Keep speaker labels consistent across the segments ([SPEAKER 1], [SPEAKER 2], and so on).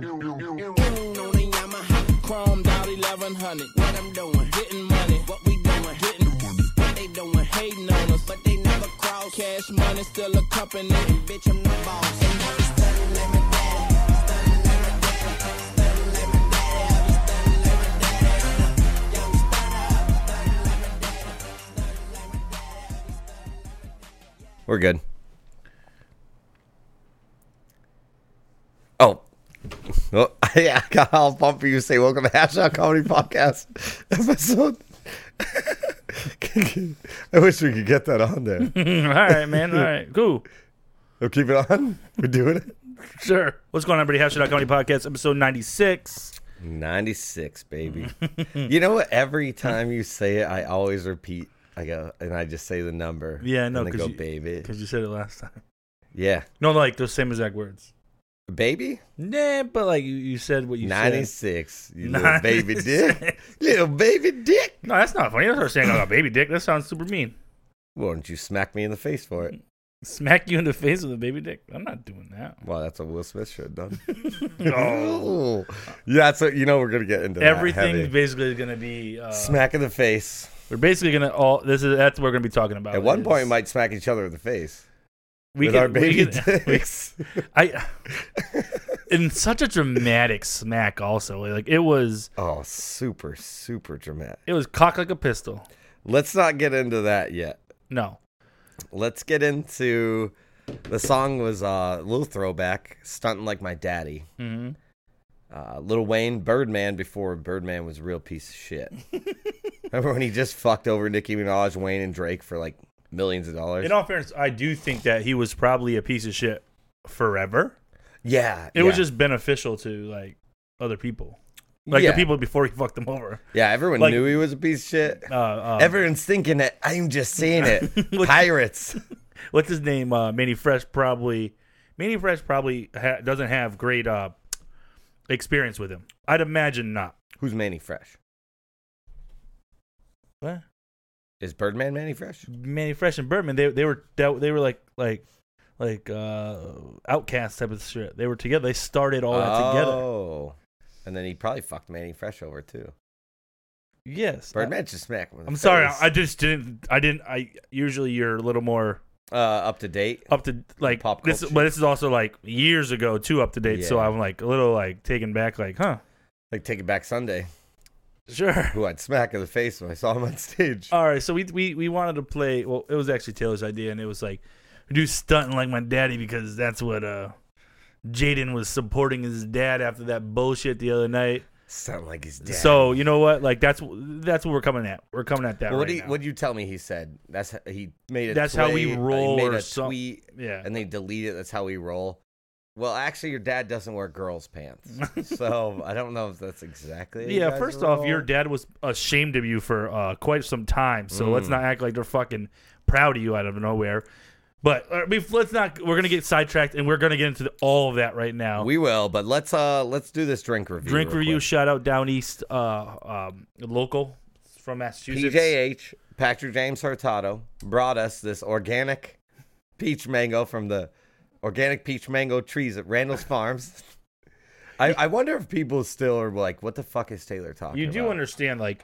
[SPEAKER 1] Getting on a Yamaha, chromed out 1100. What I'm doing, getting money. What we doing, getting what they doing, hating on us, but they never cross. Cash money still a company, bitch. I'm the boss. And I be studying like my daddy, studying like my daddy, studying like my daddy. I be studying like my daddy. Yeah, we study, I be studying like my daddy, studying like my daddy. I be studying like my daddy.
[SPEAKER 2] We're good. Oh. Well, yeah, I got all pumped you say welcome to Hashtag Comedy Podcast episode. I wish we could get that on there.
[SPEAKER 3] all right, man. All right, cool.
[SPEAKER 2] We'll keep it on. We're doing it.
[SPEAKER 3] Sure. What's going on, everybody? Hashtag Comedy Podcast, episode 96.
[SPEAKER 2] 96, baby. you know what? Every time you say it, I always repeat. I go, and I just say the number.
[SPEAKER 3] Yeah, I know,
[SPEAKER 2] And then
[SPEAKER 3] 'cause
[SPEAKER 2] go,
[SPEAKER 3] you-
[SPEAKER 2] baby.
[SPEAKER 3] Because you said it last time.
[SPEAKER 2] Yeah.
[SPEAKER 3] No, like those same exact words.
[SPEAKER 2] Baby?
[SPEAKER 3] Nah, but like you, you said what you said.
[SPEAKER 2] 96. You little baby dick.
[SPEAKER 3] 96.
[SPEAKER 2] little baby dick.
[SPEAKER 3] No, that's not funny. That's what I'm saying. I got baby dick. That sounds super mean.
[SPEAKER 2] Why don't you smack me in the face for it?
[SPEAKER 3] Smack you in the face with a baby dick. I'm not doing that.
[SPEAKER 2] Well, that's what Will Smith should have done. Ooh.
[SPEAKER 3] No.
[SPEAKER 2] Yeah, so you know we're gonna get into that
[SPEAKER 3] Everything
[SPEAKER 2] heavy.
[SPEAKER 3] basically is gonna be. Uh,
[SPEAKER 2] smack in the face.
[SPEAKER 3] we're basically gonna all. This is that's what we're gonna be talking about.
[SPEAKER 2] At one
[SPEAKER 3] is-
[SPEAKER 2] point, we might smack each other in the face
[SPEAKER 3] we
[SPEAKER 2] with
[SPEAKER 3] can-
[SPEAKER 2] our baby
[SPEAKER 3] we can- we
[SPEAKER 2] dicks.
[SPEAKER 3] I in such a dramatic smack also. Like it was
[SPEAKER 2] oh, super, super dramatic.
[SPEAKER 3] it was cocked like a pistol.
[SPEAKER 2] Let's not get into that yet.
[SPEAKER 3] No.
[SPEAKER 2] Let's get into the song was uh, a little throwback, stunting like my daddy.
[SPEAKER 3] Mm-hmm.
[SPEAKER 2] Uh, Little Wayne, Birdman before Birdman was a real piece of shit. Remember when he just fucked over Nicki Minaj, Wayne, and Drake for like millions of dollars?
[SPEAKER 3] In all fairness, I do think that he was probably a piece of shit forever.
[SPEAKER 2] yeah,
[SPEAKER 3] It was
[SPEAKER 2] yeah.
[SPEAKER 3] just beneficial to like other people. Like
[SPEAKER 2] yeah.
[SPEAKER 3] the people before he fucked them over.
[SPEAKER 2] Yeah, everyone
[SPEAKER 3] like-
[SPEAKER 2] knew he was a piece of shit.
[SPEAKER 3] Uh, uh,
[SPEAKER 2] Everyone's thinking that I'm just saying it.
[SPEAKER 3] Look-
[SPEAKER 2] Pirates.
[SPEAKER 3] what's his name? Uh, Manny Fresh probably. Manny Fresh probably ha- doesn't have great uh, experience with him. I'd imagine not.
[SPEAKER 2] Who's Manny Fresh?
[SPEAKER 3] What?
[SPEAKER 2] Is Birdman Manny Fresh?
[SPEAKER 3] Manny Fresh and Birdman, they they were that they were like like like uh outcast type of shit. They were together. They started all that together.
[SPEAKER 2] Oh. And then he probably fucked Manny Fresh over too.
[SPEAKER 3] Yes. I,
[SPEAKER 2] Birdman just smacked him. in the
[SPEAKER 3] am sorry.
[SPEAKER 2] face.
[SPEAKER 3] I just didn't I didn't I usually you're a little more
[SPEAKER 2] uh, up to date.
[SPEAKER 3] up to like
[SPEAKER 2] Pop
[SPEAKER 3] this
[SPEAKER 2] culture.
[SPEAKER 3] but this is also like years ago too up to date. So
[SPEAKER 2] Yeah.
[SPEAKER 3] I'm like a little like taken back like, huh.
[SPEAKER 2] Like Take It Back Sunday,
[SPEAKER 3] Sure.
[SPEAKER 2] who I'd smack in the face when I saw him on stage.
[SPEAKER 3] All right, so we, we we wanted to play. Well, it was actually Taylor's idea, and it was like do stunting like my daddy because that's what uh Jaden was supporting his dad after that bullshit the other night.
[SPEAKER 2] Sound like he's dead.
[SPEAKER 3] So you know what? Like that's that's what we're coming at. We're coming at that.
[SPEAKER 2] Well, what
[SPEAKER 3] right
[SPEAKER 2] do you,
[SPEAKER 3] now.
[SPEAKER 2] what do you tell me? He said that's how, he made a
[SPEAKER 3] That's how we
[SPEAKER 2] tweet, he
[SPEAKER 3] roll
[SPEAKER 2] made
[SPEAKER 3] or
[SPEAKER 2] a
[SPEAKER 3] some-
[SPEAKER 2] tweet,
[SPEAKER 3] yeah.
[SPEAKER 2] and they delete it. That's how we roll. Well, actually, your dad doesn't wear girls' pants, so I don't know if that's exactly. how you
[SPEAKER 3] yeah.
[SPEAKER 2] guys
[SPEAKER 3] First off, your
[SPEAKER 2] roll.
[SPEAKER 3] dad was ashamed of you for uh, quite some time. So
[SPEAKER 2] Mm.
[SPEAKER 3] let's not act like they're fucking proud of you out of nowhere. But uh, I mean, let's not. We're gonna get sidetracked, and we're gonna get into the, all of that right now.
[SPEAKER 2] We will, but let's uh let's do this drink review.
[SPEAKER 3] Drink
[SPEAKER 2] real
[SPEAKER 3] review.
[SPEAKER 2] quick.
[SPEAKER 3] Shout out down east, uh, um, local from Massachusetts.
[SPEAKER 2] PJH Patrick James Hurtado brought us this organic peach mango from the organic peach mango trees at Randall's Farms. I, I wonder if people still are like, what the fuck is Taylor talking
[SPEAKER 3] You
[SPEAKER 2] about?
[SPEAKER 3] do understand, like,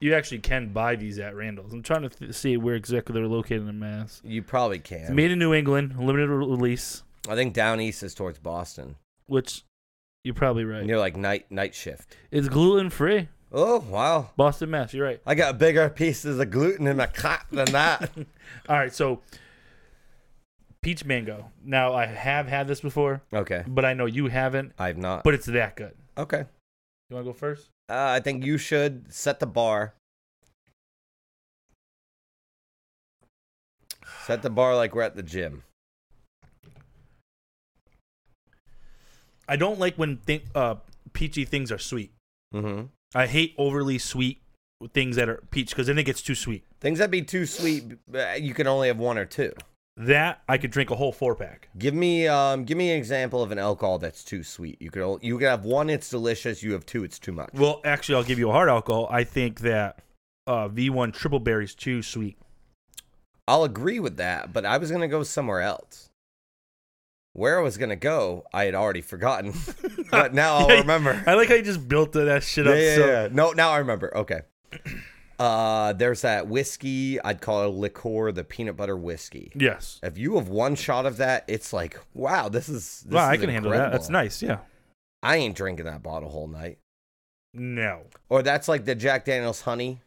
[SPEAKER 3] you actually can buy these at Randall's. I'm trying to th- see where exactly they're located in Mass.
[SPEAKER 2] You probably can.
[SPEAKER 3] Made in New England, limited re- release,
[SPEAKER 2] I think down east is towards Boston.
[SPEAKER 3] which you're probably right.
[SPEAKER 2] Near like night night shift.
[SPEAKER 3] It's gluten free.
[SPEAKER 2] Oh wow.
[SPEAKER 3] Boston, Mass. You're right.
[SPEAKER 2] I got bigger pieces of gluten in my cot than that.
[SPEAKER 3] All right, so peach mango. Now I have had this before,
[SPEAKER 2] okay.
[SPEAKER 3] but I know you haven't.
[SPEAKER 2] I've not.
[SPEAKER 3] But it's that good.
[SPEAKER 2] okay.
[SPEAKER 3] You want to go first?
[SPEAKER 2] Uh, I think you should set the bar. Set the bar like we're at the gym.
[SPEAKER 3] I don't like when think uh, peachy things are sweet.
[SPEAKER 2] Mm-hmm.
[SPEAKER 3] I hate overly sweet things that are peach because then it gets too sweet.
[SPEAKER 2] Things that be too sweet, uh, you can only have one or two.
[SPEAKER 3] That I could drink a whole four pack.
[SPEAKER 2] Give me, um, give me an example of an alcohol that's too sweet. You could, only, you could have one, it's delicious. You have two, it's too much.
[SPEAKER 3] Well, actually, I'll give you a hard alcohol. I think that uh, V1 triple berry is too sweet.
[SPEAKER 2] I'll agree with that, but I was gonna go somewhere else. Where I was gonna go, I had already forgotten, but now I'll
[SPEAKER 3] Yeah,
[SPEAKER 2] remember.
[SPEAKER 3] I like how you just built that shit
[SPEAKER 2] Yeah,
[SPEAKER 3] up.
[SPEAKER 2] yeah,
[SPEAKER 3] so
[SPEAKER 2] yeah. No, now I remember. Okay. Uh, there's that whiskey. I'd call it a liqueur, the peanut butter whiskey.
[SPEAKER 3] yes,
[SPEAKER 2] If you have one shot of that, it's like, wow, this is. This
[SPEAKER 3] wow, I
[SPEAKER 2] is
[SPEAKER 3] can handle that. That's
[SPEAKER 2] incredible.
[SPEAKER 3] nice. Yeah.
[SPEAKER 2] I ain't drinking that bottle whole night.
[SPEAKER 3] No.
[SPEAKER 2] Or that's like the Jack Daniels honey.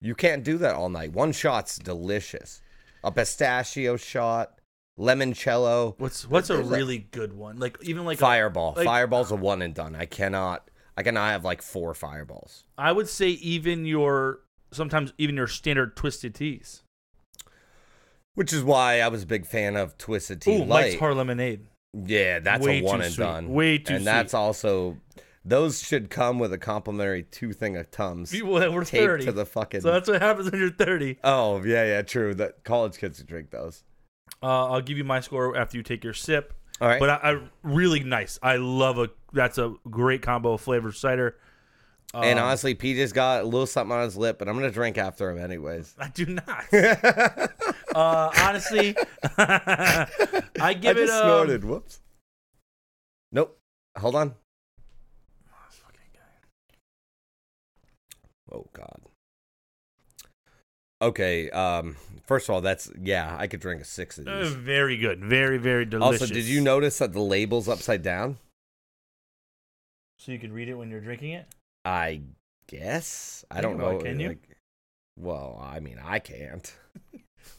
[SPEAKER 2] You can't do that all night. One shot's delicious. A pistachio shot, limoncello,
[SPEAKER 3] What's what's a
[SPEAKER 2] There's, like-
[SPEAKER 3] really good one? Like even like a-
[SPEAKER 2] fireball.
[SPEAKER 3] like-
[SPEAKER 2] Fireball's a one and done. I cannot. I cannot have like four fireballs.
[SPEAKER 3] I would say even your sometimes even your standard twisted teas.
[SPEAKER 2] Which is why I was a big fan of Twisted Tea
[SPEAKER 3] Ooh, Mike's
[SPEAKER 2] Light.
[SPEAKER 3] hard lemonade.
[SPEAKER 2] Yeah, that's
[SPEAKER 3] Way
[SPEAKER 2] a
[SPEAKER 3] too
[SPEAKER 2] one and
[SPEAKER 3] sweet.
[SPEAKER 2] done.
[SPEAKER 3] Way too
[SPEAKER 2] And that's
[SPEAKER 3] sweet.
[SPEAKER 2] also those should come with a complimentary two thing of tums
[SPEAKER 3] People that were
[SPEAKER 2] taped
[SPEAKER 3] thirty.
[SPEAKER 2] to the fucking.
[SPEAKER 3] so that's what happens when you're thirty.
[SPEAKER 2] oh yeah, yeah, true. That college kids drink those.
[SPEAKER 3] Uh, I'll give you my score after you take your sip.
[SPEAKER 2] All right.
[SPEAKER 3] But I, I really nice. I love a that's a great combo of flavored cider. Um,
[SPEAKER 2] and
[SPEAKER 3] Uh.
[SPEAKER 2] honestly, PJ's got a little something on his lip, but I'm gonna drink after him anyways.
[SPEAKER 3] I do not. uh, honestly, I give
[SPEAKER 2] I
[SPEAKER 3] it
[SPEAKER 2] just
[SPEAKER 3] um,
[SPEAKER 2] snorted. Whoops. Nope. Hold on. Oh God. Okay. Um. First of all, that's yeah. I could drink a six of
[SPEAKER 3] uh,
[SPEAKER 2] these.
[SPEAKER 3] very good, very very delicious.
[SPEAKER 2] Also, did you notice that the label's upside down?
[SPEAKER 3] So you can read it when you're drinking it.
[SPEAKER 2] I guess. I
[SPEAKER 3] Think
[SPEAKER 2] don't
[SPEAKER 3] about
[SPEAKER 2] know.
[SPEAKER 3] it, can you?
[SPEAKER 2] well, I mean, I can't.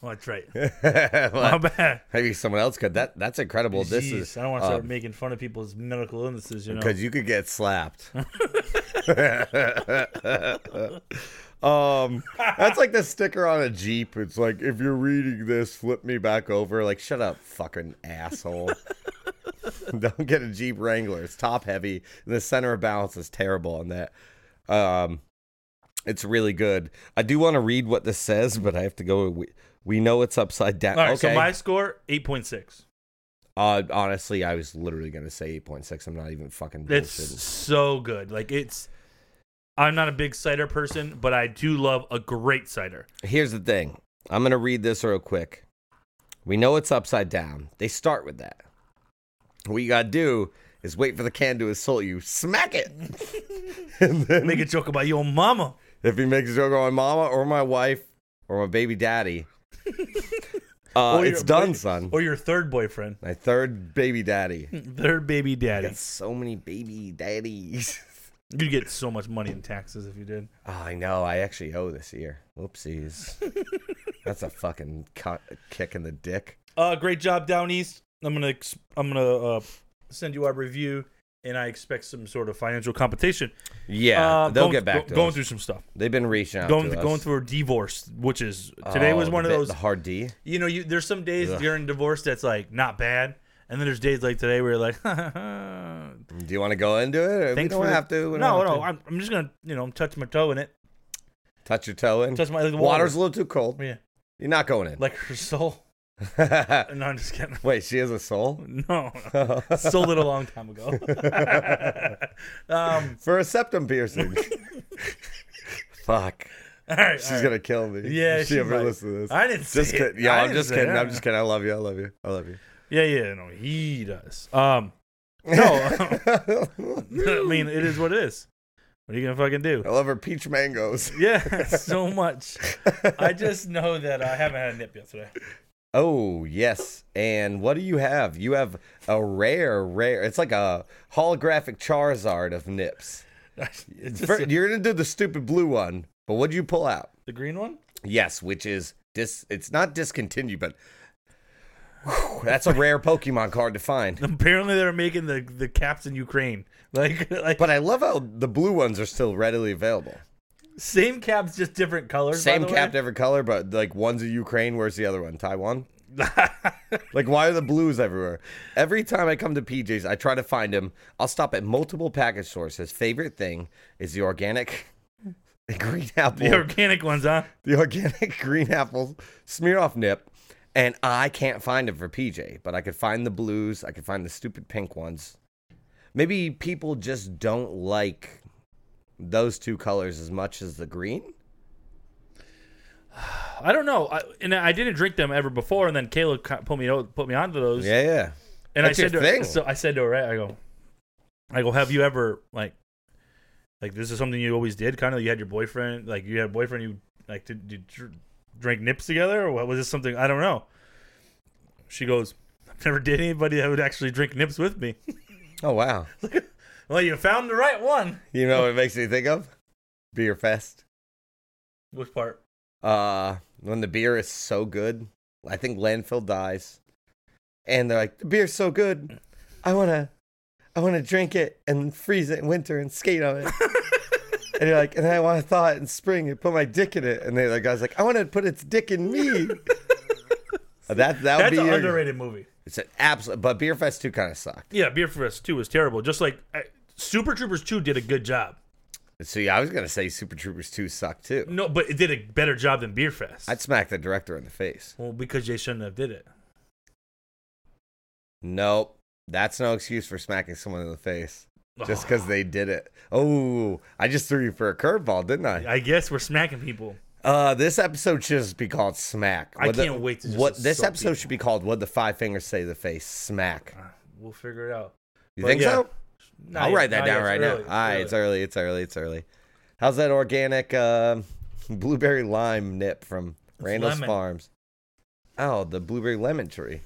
[SPEAKER 3] Oh, that's right. My
[SPEAKER 2] Well,
[SPEAKER 3] bad.
[SPEAKER 2] maybe someone else could. That that's incredible. This
[SPEAKER 3] Jeez,
[SPEAKER 2] is
[SPEAKER 3] I don't want to start
[SPEAKER 2] um,
[SPEAKER 3] making fun of people's medical illnesses. You know.
[SPEAKER 2] because you could get slapped. um, that's like the sticker on a jeep. It's like if you're reading this, flip me back over. Like shut up, fucking asshole. Don't get a Jeep Wrangler. It's top heavy. The center of balance is terrible on that. Um, it's really good. I do want to read what this says, but I have to go. We, we know it's upside down.
[SPEAKER 3] All right.
[SPEAKER 2] okay.
[SPEAKER 3] So my score eight point six.
[SPEAKER 2] uh, honestly, I was literally gonna say eight point six. I'm not even fucking.
[SPEAKER 3] It's
[SPEAKER 2] bullshitting.
[SPEAKER 3] so good. Like it's. I'm not a big cider person, but I do love a great cider.
[SPEAKER 2] Here's the thing. I'm gonna read this real quick. We know it's upside down. They start with that. What you gotta do is wait for the can to assault you. Smack it. and then
[SPEAKER 3] Make a joke about your mama.
[SPEAKER 2] if he makes a joke on my mama or my wife or my baby daddy, uh,
[SPEAKER 3] Or your-
[SPEAKER 2] it's done,
[SPEAKER 3] or-
[SPEAKER 2] son.
[SPEAKER 3] Or your third boyfriend,
[SPEAKER 2] my third baby daddy.
[SPEAKER 3] third baby daddy.
[SPEAKER 2] Got so many baby daddies.
[SPEAKER 3] You'd get so much money in taxes if you did.
[SPEAKER 2] Oh, I know. I actually owe this year. Whoopsies. That's a fucking cu- kick in the dick.
[SPEAKER 3] Uh, great job, Down East. I'm gonna ex- I'm gonna uh, send you our review, and I expect some sort of financial compensation.
[SPEAKER 2] Yeah,
[SPEAKER 3] Uh,
[SPEAKER 2] they'll
[SPEAKER 3] going-
[SPEAKER 2] get back
[SPEAKER 3] go-
[SPEAKER 2] to
[SPEAKER 3] going
[SPEAKER 2] us.
[SPEAKER 3] through some stuff.
[SPEAKER 2] They've been reaching out
[SPEAKER 3] Going
[SPEAKER 2] to us.
[SPEAKER 3] going through a divorce, which is today was
[SPEAKER 2] Oh,
[SPEAKER 3] one of
[SPEAKER 2] the-
[SPEAKER 3] those.
[SPEAKER 2] the hard D.
[SPEAKER 3] You know, you there's some days
[SPEAKER 2] Ugh.
[SPEAKER 3] during divorce that's like not bad, and then there's days like today where you're like,
[SPEAKER 2] Do you want to go into it? Or we
[SPEAKER 3] thanks
[SPEAKER 2] don't
[SPEAKER 3] for the-
[SPEAKER 2] have to. we don't
[SPEAKER 3] no,
[SPEAKER 2] have
[SPEAKER 3] no,
[SPEAKER 2] to.
[SPEAKER 3] I'm, I'm just gonna you know touch my toe in it.
[SPEAKER 2] touch your toe in.
[SPEAKER 3] Touch my like, the water.
[SPEAKER 2] Water's a little too cold.
[SPEAKER 3] Oh, yeah,
[SPEAKER 2] You're not going in.
[SPEAKER 3] like her soul. No, I'm just kidding.
[SPEAKER 2] Wait, she has a soul
[SPEAKER 3] No, sold it a long time ago. um,
[SPEAKER 2] for a septum piercing. Fuck,
[SPEAKER 3] all right,
[SPEAKER 2] she's
[SPEAKER 3] all right.
[SPEAKER 2] gonna kill me.
[SPEAKER 3] Yeah,
[SPEAKER 2] if she
[SPEAKER 3] she
[SPEAKER 2] ever
[SPEAKER 3] might.
[SPEAKER 2] listen to this.
[SPEAKER 3] I didn't
[SPEAKER 2] just
[SPEAKER 3] say
[SPEAKER 2] kidding.
[SPEAKER 3] it.
[SPEAKER 2] Yeah,
[SPEAKER 3] I
[SPEAKER 2] I'm
[SPEAKER 3] didn't
[SPEAKER 2] just
[SPEAKER 3] say
[SPEAKER 2] kidding.
[SPEAKER 3] it.
[SPEAKER 2] I'm just kidding. I love you. I love you. I love you.
[SPEAKER 3] Yeah, yeah, no, he does. Um, no, I mean it is what it is. What are you gonna fucking do?
[SPEAKER 2] I love her peach mangoes.
[SPEAKER 3] Yeah, so much. I just know that I haven't had a nip yet today.
[SPEAKER 2] Oh, yes. And what do you have? You have a rare, rare. It's like a holographic Charizard of nips.
[SPEAKER 3] It's
[SPEAKER 2] Fir-
[SPEAKER 3] just a-
[SPEAKER 2] you're going to do the stupid blue one, but what'd you pull out?
[SPEAKER 3] the green one.
[SPEAKER 2] Yes, which is dis. It's not discontinued, but Whew, that's a rare Pokemon card to find.
[SPEAKER 3] Apparently, they're making the the caps in Ukraine. Like, like
[SPEAKER 2] But I love how the blue ones are still readily available.
[SPEAKER 3] same caps, just different colors. by
[SPEAKER 2] Same
[SPEAKER 3] the way.
[SPEAKER 2] cap, different color, but like one's a Ukraine. Where's the other one? Taiwan. Like, why are the blues everywhere? Every time I come to PJ's, I try to find him. I'll stop at multiple package stores. His favorite thing is the organic green apple,
[SPEAKER 3] the organic ones, huh?
[SPEAKER 2] the organic green apple smear off nip. And I can't find him for PJ, but I could find the blues. I could find the stupid pink ones. Maybe people just don't like those two colors as much as the green.
[SPEAKER 3] I don't know. I, and I didn't drink them ever before, and then Kayla ca- put me o- put me onto those.
[SPEAKER 2] Yeah, yeah.
[SPEAKER 3] And
[SPEAKER 2] That's
[SPEAKER 3] I
[SPEAKER 2] your
[SPEAKER 3] said to
[SPEAKER 2] thing.
[SPEAKER 3] her, so I said to her, I go, I go, have you ever like, like this is something you always did? Kind of, you had your boyfriend, like you had a boyfriend, you like did you dr- drink nips together, or what was this something? I don't know. She goes, I've never did anybody that would actually drink nips with me.
[SPEAKER 2] Oh wow.
[SPEAKER 3] well, you found the right one.
[SPEAKER 2] You know what it makes me think of? Beer fest.
[SPEAKER 3] Which part?
[SPEAKER 2] Uh when the beer is so good. I think landfill dies. And they're like, the beer's so good. I wanna I wanna drink it and freeze it in winter and skate on it. and you're like, and I wanna thaw it in spring and put my dick in it. And the other guy's like, I wanna put its dick in me. that that would
[SPEAKER 3] That's
[SPEAKER 2] be
[SPEAKER 3] an
[SPEAKER 2] your-
[SPEAKER 3] underrated movie.
[SPEAKER 2] It's an absolute but Beer Fest 2 kinda sucked.
[SPEAKER 3] Yeah, Beer Fest Two was terrible. Just like uh, Super Troopers Two did a good job.
[SPEAKER 2] See, I was gonna say Super Troopers 2 sucked too.
[SPEAKER 3] No, but it did a better job than Beer Fest.
[SPEAKER 2] I'd smack the director in the face.
[SPEAKER 3] well, because they shouldn't have did it.
[SPEAKER 2] Nope. That's no excuse for smacking someone in the face just because they did it. Oh, I just threw you for a curveball, didn't I?
[SPEAKER 3] I guess we're smacking people.
[SPEAKER 2] Uh, this episode should just be called Smack.
[SPEAKER 3] I
[SPEAKER 2] What the-
[SPEAKER 3] can't wait to just
[SPEAKER 2] what this
[SPEAKER 3] assault
[SPEAKER 2] episode
[SPEAKER 3] people.
[SPEAKER 2] should be called. What the five fingers say to the face? Smack.
[SPEAKER 3] Uh, We'll figure it out.
[SPEAKER 2] You
[SPEAKER 3] But
[SPEAKER 2] think
[SPEAKER 3] yeah.
[SPEAKER 2] so?
[SPEAKER 3] Not
[SPEAKER 2] I'll
[SPEAKER 3] yet,
[SPEAKER 2] write that
[SPEAKER 3] not
[SPEAKER 2] down
[SPEAKER 3] yet,
[SPEAKER 2] right
[SPEAKER 3] early,
[SPEAKER 2] now. All right, it's
[SPEAKER 3] early.
[SPEAKER 2] early. It's early. It's early. How's that organic um blueberry lime nip from Randall's
[SPEAKER 3] lemon.
[SPEAKER 2] Farms? Oh, the blueberry lemon tree.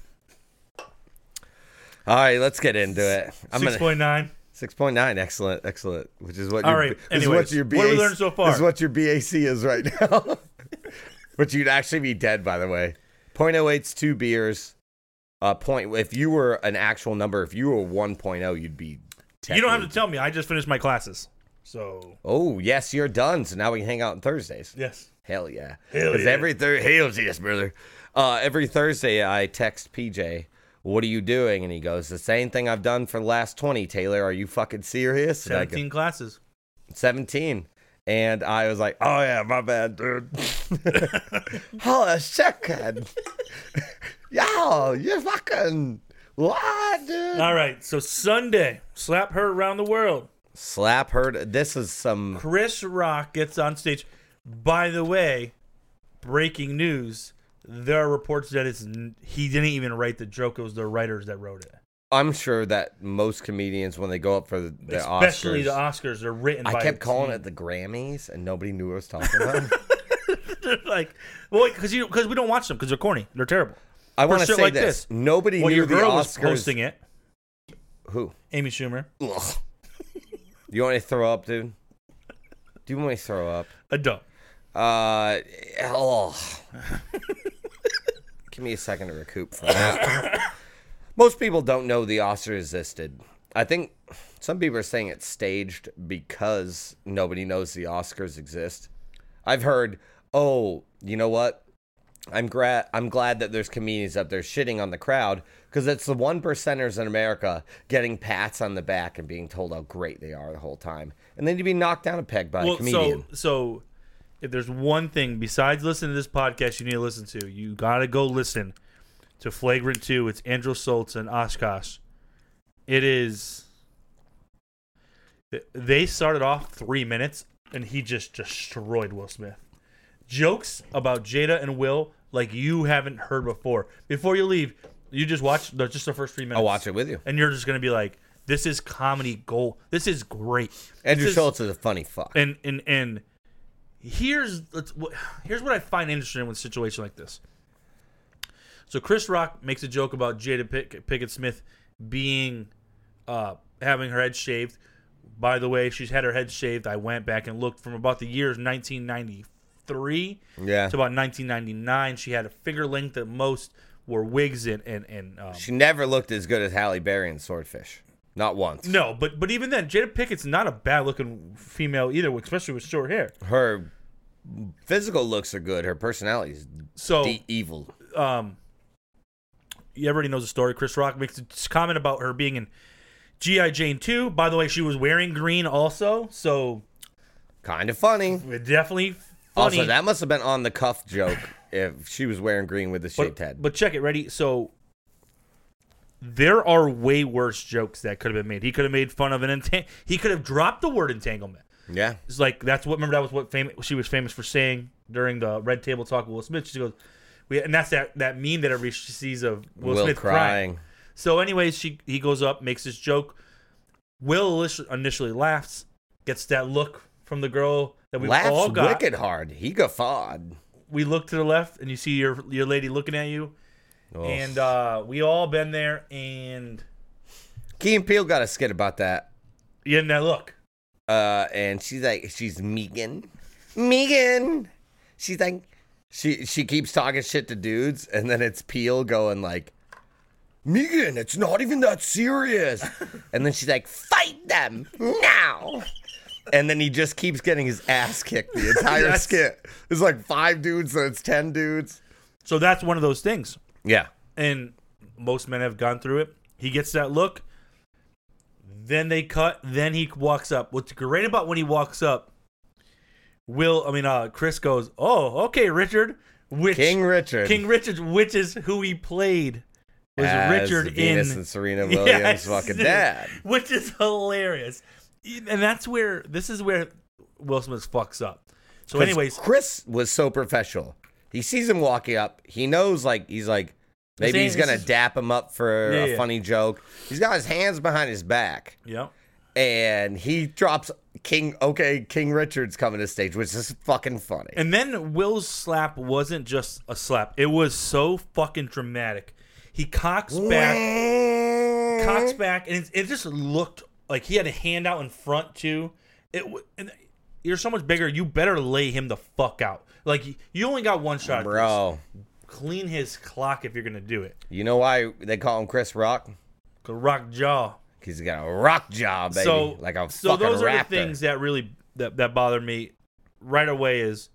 [SPEAKER 2] All right, let's get into it. I'm
[SPEAKER 3] Six
[SPEAKER 2] gonna.
[SPEAKER 3] point nine.
[SPEAKER 2] Six point nine, excellent, excellent. Which is what.
[SPEAKER 3] All
[SPEAKER 2] your,
[SPEAKER 3] right,
[SPEAKER 2] this is what
[SPEAKER 3] anyways,
[SPEAKER 2] your BAC,
[SPEAKER 3] what have we learned so far?
[SPEAKER 2] This is what your BAC is right now. Which you'd actually be dead, by the way. 0.08's two beers. Uh, point. If you were an actual number, if you were 1.0, you'd be.
[SPEAKER 3] You don't have
[SPEAKER 2] technically-
[SPEAKER 3] to tell me. I just finished my classes. So
[SPEAKER 2] Oh yes, you're done. So now we can hang out on Thursdays.
[SPEAKER 3] yes.
[SPEAKER 2] Hell yeah.
[SPEAKER 3] Hell
[SPEAKER 2] Because
[SPEAKER 3] yeah.
[SPEAKER 2] every Thursday, hell yes, brother. Uh, every Thursday, I text PJ, what are you doing? And he goes, the same thing I've done for the last 20, Taylor. Are you fucking serious? And I go,
[SPEAKER 3] Seventeen classes.
[SPEAKER 2] 17. And I was like, oh yeah, my bad, dude. Holy second. Yo, you fucking. What, dude?
[SPEAKER 3] All right. So Sunday, slap her around the world.
[SPEAKER 2] Slap heard. This is some.
[SPEAKER 3] Chris Rock gets on stage. By the way, breaking news: there are reports that it's n- he didn't even write the joke. It was the writers that wrote it.
[SPEAKER 2] I'm sure that most comedians, when they go up for the, the
[SPEAKER 3] Especially
[SPEAKER 2] Oscars,
[SPEAKER 3] the Oscars are written.
[SPEAKER 2] I
[SPEAKER 3] by
[SPEAKER 2] kept
[SPEAKER 3] the
[SPEAKER 2] calling
[SPEAKER 3] team.
[SPEAKER 2] it the Grammys, and nobody knew what I was talking about.
[SPEAKER 3] like, well, because you because we don't watch them because they're corny. They're terrible.
[SPEAKER 2] I want to
[SPEAKER 3] shit
[SPEAKER 2] say
[SPEAKER 3] like
[SPEAKER 2] this.
[SPEAKER 3] this.
[SPEAKER 2] Nobody
[SPEAKER 3] well,
[SPEAKER 2] knew
[SPEAKER 3] your
[SPEAKER 2] the
[SPEAKER 3] girl was
[SPEAKER 2] Oscars.
[SPEAKER 3] posting it,
[SPEAKER 2] Who?
[SPEAKER 3] Amy Schumer.
[SPEAKER 2] Ugh. you want me to throw up, dude? Do you want me to throw up?
[SPEAKER 3] A dump.
[SPEAKER 2] Uh, oh. Give me a second to recoup from that. Most people don't know the Oscars existed. I think some people are saying it's staged because nobody knows the Oscars exist. I've heard, oh, you know what? I'm glad I'm glad that there's comedians up there shitting on the crowd because it's the one percenters in America getting pats on the back and being told how great they are the whole time, and then you'd be knocked down a peg by a
[SPEAKER 3] Well,
[SPEAKER 2] comedian.
[SPEAKER 3] so so if there's one thing besides listening to this podcast you need to listen to, you gotta go listen to Flagrant Two. It's Andrew Schultz and Oshkosh. It is. th- They started off three minutes, and he just destroyed Will Smith. Jokes about Jada and Will like you haven't heard before. Before you leave, you just watch the, just the first three minutes.
[SPEAKER 2] I'll watch it with you.
[SPEAKER 3] and you're just gonna be like, "This is comedy gold. This is great."
[SPEAKER 2] Andrew
[SPEAKER 3] This is-
[SPEAKER 2] Schultz is a funny fuck.
[SPEAKER 3] and and and here's let's, what- here's what I find interesting with a situation like this. So Chris Rock makes a joke about Jada Pick, Pickett Smith being uh, having her head shaved. By the way, she's had her head shaved. I went back and looked from about the years 1993
[SPEAKER 2] Yeah.
[SPEAKER 3] to about 1999. She had a finger length at most, wore wigs and and and um,
[SPEAKER 2] She never looked as good as Halle Berry in Swordfish. Not once.
[SPEAKER 3] no, but but even then, Jada Pickett's not a bad looking female either, especially with short hair.
[SPEAKER 2] Her physical looks are good. Her personality is
[SPEAKER 3] So
[SPEAKER 2] de- evil.
[SPEAKER 3] um, everybody knows the story. Chris Rock makes a comment about her being in G.I. Jane 2. By the way, she was wearing green also, so
[SPEAKER 2] Kind of funny.
[SPEAKER 3] it definitely funny.
[SPEAKER 2] Also, that must have been on the cuff joke if she was wearing green with the shaved
[SPEAKER 3] but,
[SPEAKER 2] head.
[SPEAKER 3] but check it, ready? So there are way worse jokes that could have been made. He could have made fun of an entang- he could have dropped the word entanglement.
[SPEAKER 2] yeah.
[SPEAKER 3] It's like that's what remember that was what famous she was famous for saying during the Red Table Talk with Will Smith. She goes, we, and that's that that meme that everybody sees of Will,
[SPEAKER 2] Will
[SPEAKER 3] Smith crying.
[SPEAKER 2] crying.
[SPEAKER 3] So, anyways, she he goes up, makes this joke. Will initi- initially laughs, gets that look from the girl that we
[SPEAKER 2] Laughs
[SPEAKER 3] all got.
[SPEAKER 2] wicked hard. He guffawed.
[SPEAKER 3] We look to the left, and you see your your lady looking at you,
[SPEAKER 2] Oh.
[SPEAKER 3] and uh, we all been there, and
[SPEAKER 2] Key and Peele got a skit about that.
[SPEAKER 3] you getting that look.
[SPEAKER 2] Uh, and she's like, she's Megan. Megan. She's like, she she keeps talking shit to dudes, and then it's Peel going like, Megan, it's not even that serious. and then she's like, fight them now. And then he just keeps getting his ass kicked the entire
[SPEAKER 3] Yes.
[SPEAKER 2] skit. It's like five dudes, so it's ten dudes.
[SPEAKER 3] So that's one of those things.
[SPEAKER 2] Yeah.
[SPEAKER 3] and most men have gone through it. He gets that look. Then they cut. Then he walks up. What's great about when he walks up? Will I mean uh, Chris goes, "Oh, okay, Richard." Which
[SPEAKER 2] King Richard.
[SPEAKER 3] King Richard, which is who he played, was
[SPEAKER 2] As
[SPEAKER 3] Richard
[SPEAKER 2] Venus
[SPEAKER 3] in
[SPEAKER 2] and Serena Williams
[SPEAKER 3] Yes.
[SPEAKER 2] fucking dad.
[SPEAKER 3] which is hilarious. And that's where this is where Will Smith fucks up. So,
[SPEAKER 2] 'Cause
[SPEAKER 3] anyways,
[SPEAKER 2] Chris was so professional. He sees him walking up. He knows, like, he's like, maybe
[SPEAKER 3] His
[SPEAKER 2] he's
[SPEAKER 3] hand-
[SPEAKER 2] gonna
[SPEAKER 3] this is-
[SPEAKER 2] dap him up for
[SPEAKER 3] Yeah,
[SPEAKER 2] a
[SPEAKER 3] yeah.
[SPEAKER 2] funny joke. He's got his hands behind his back,
[SPEAKER 3] yeah,
[SPEAKER 2] and he drops King. Okay, King Richard's coming to stage, which is fucking funny.
[SPEAKER 3] And then Will's slap wasn't just a slap. It was so fucking dramatic. He cocks back, cocks back, and it, it just looked like he had a hand out in front too. It w- and you're so much bigger. You better lay him the fuck out. Like y- you only got one shot, at
[SPEAKER 2] bro.
[SPEAKER 3] this. Clean his clock if you're gonna do it.
[SPEAKER 2] You know why they call him Chris Rock?
[SPEAKER 3] Go rock jaw.
[SPEAKER 2] Because he got a rock job, baby,
[SPEAKER 3] So
[SPEAKER 2] like a
[SPEAKER 3] so
[SPEAKER 2] fucking
[SPEAKER 3] those
[SPEAKER 2] raptor.
[SPEAKER 3] are the things that really that that bothered me right away. Is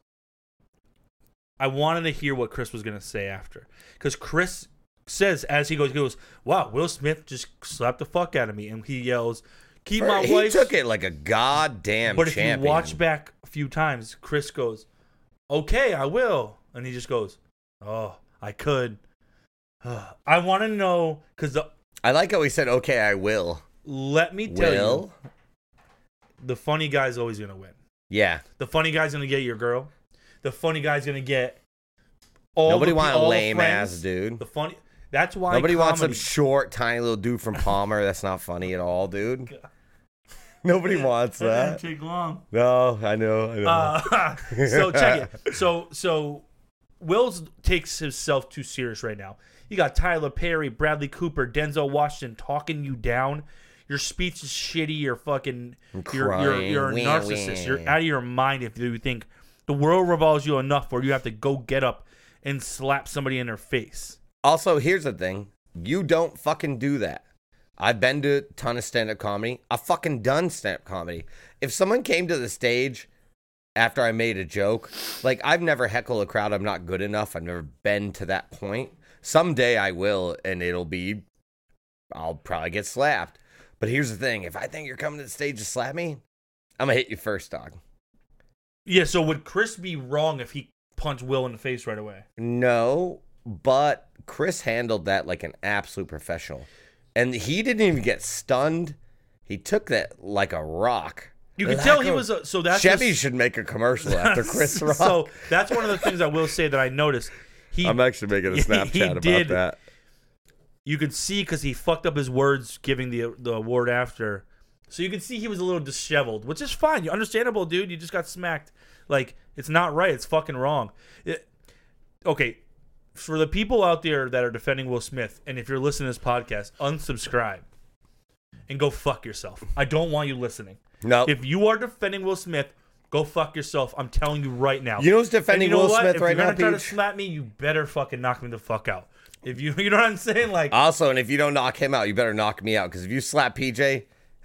[SPEAKER 3] I wanted to hear what Chris was gonna say after because Chris says as he goes, he goes, "Wow, Will Smith just slapped the fuck out of me," and he yells, "Keep my
[SPEAKER 2] he
[SPEAKER 3] wife."
[SPEAKER 2] took it like a goddamn
[SPEAKER 3] But if
[SPEAKER 2] champion.
[SPEAKER 3] you watch back a few times, Chris goes, "Okay, I will," and he just goes, "Oh, I could." I want to know because the
[SPEAKER 2] I like how he said, "Okay, I will."
[SPEAKER 3] let me tell
[SPEAKER 2] Will,
[SPEAKER 3] you, the funny guy's always gonna win.
[SPEAKER 2] yeah.
[SPEAKER 3] The funny guy's gonna get your girl. The funny guy's gonna get all.
[SPEAKER 2] Nobody
[SPEAKER 3] the,
[SPEAKER 2] want a
[SPEAKER 3] all the
[SPEAKER 2] lame
[SPEAKER 3] friends.
[SPEAKER 2] ass dude.
[SPEAKER 3] The funny. That's why
[SPEAKER 2] Nobody wants some
[SPEAKER 3] comedy-
[SPEAKER 2] short, tiny little dude from Palmer. That's not funny at all, dude. Nobody wants that.
[SPEAKER 3] That didn't take long.
[SPEAKER 2] No, I know. I know.
[SPEAKER 3] Uh, so check it. So so, Will's takes himself too serious right now. You got Tyler Perry, Bradley Cooper, Denzel Washington talking you down. Your speech is shitty. You're fucking. You're you're,
[SPEAKER 2] crying.
[SPEAKER 3] you're a
[SPEAKER 2] Wah,
[SPEAKER 3] narcissist.
[SPEAKER 2] wah.
[SPEAKER 3] You're out of your mind if you think the world revolves you enough where you have to go get up and slap somebody in their face.
[SPEAKER 2] also, here's the thing: you don't fucking do that. I've been to a ton of stand-up comedy. I've fucking done stand-up comedy. If someone came to the stage after I made a joke, like I've never heckled a crowd. I'm not good enough. I've never been to that point. Someday I will, and it'll be. I'll probably get slapped. But here's the thing: if I think you're coming to the stage to slap me, I'm gonna hit you first, dog.
[SPEAKER 3] Yeah, so would Chris be wrong if he punched Will in the face right away?
[SPEAKER 2] No, but Chris handled that like an absolute professional. And he didn't even get stunned. He took that like a rock.
[SPEAKER 3] You could
[SPEAKER 2] Like
[SPEAKER 3] tell he
[SPEAKER 2] a-
[SPEAKER 3] was a, so that's
[SPEAKER 2] Chevy
[SPEAKER 3] just-
[SPEAKER 2] should make a commercial after Chris Rock.
[SPEAKER 3] So that's one of the things I will say that I noticed. He
[SPEAKER 2] I'm actually making a
[SPEAKER 3] He
[SPEAKER 2] Snapchat about
[SPEAKER 3] did.
[SPEAKER 2] that.
[SPEAKER 3] you could see because he fucked up his words giving the the award after. So you could see he was a little disheveled, which is fine. You understandable, dude. You just got smacked. Like it's not right. It's fucking wrong. It- okay, for the people out there that are defending Will Smith, and if you're listening to this podcast, unsubscribe and go fuck yourself. I don't want you listening.
[SPEAKER 2] No.
[SPEAKER 3] If you are defending Will Smith, go fuck yourself. I'm telling you right now.
[SPEAKER 2] You know who's
[SPEAKER 3] And
[SPEAKER 2] defending
[SPEAKER 3] you know
[SPEAKER 2] Will
[SPEAKER 3] what?
[SPEAKER 2] Smith
[SPEAKER 3] if
[SPEAKER 2] right
[SPEAKER 3] you're
[SPEAKER 2] now,
[SPEAKER 3] gonna try to
[SPEAKER 2] Peach?
[SPEAKER 3] slap me, you better fucking knock me the fuck out. If you, you know what I'm saying? Like,
[SPEAKER 2] also, and if you don't knock him out, you better knock me out because if you slap PJ,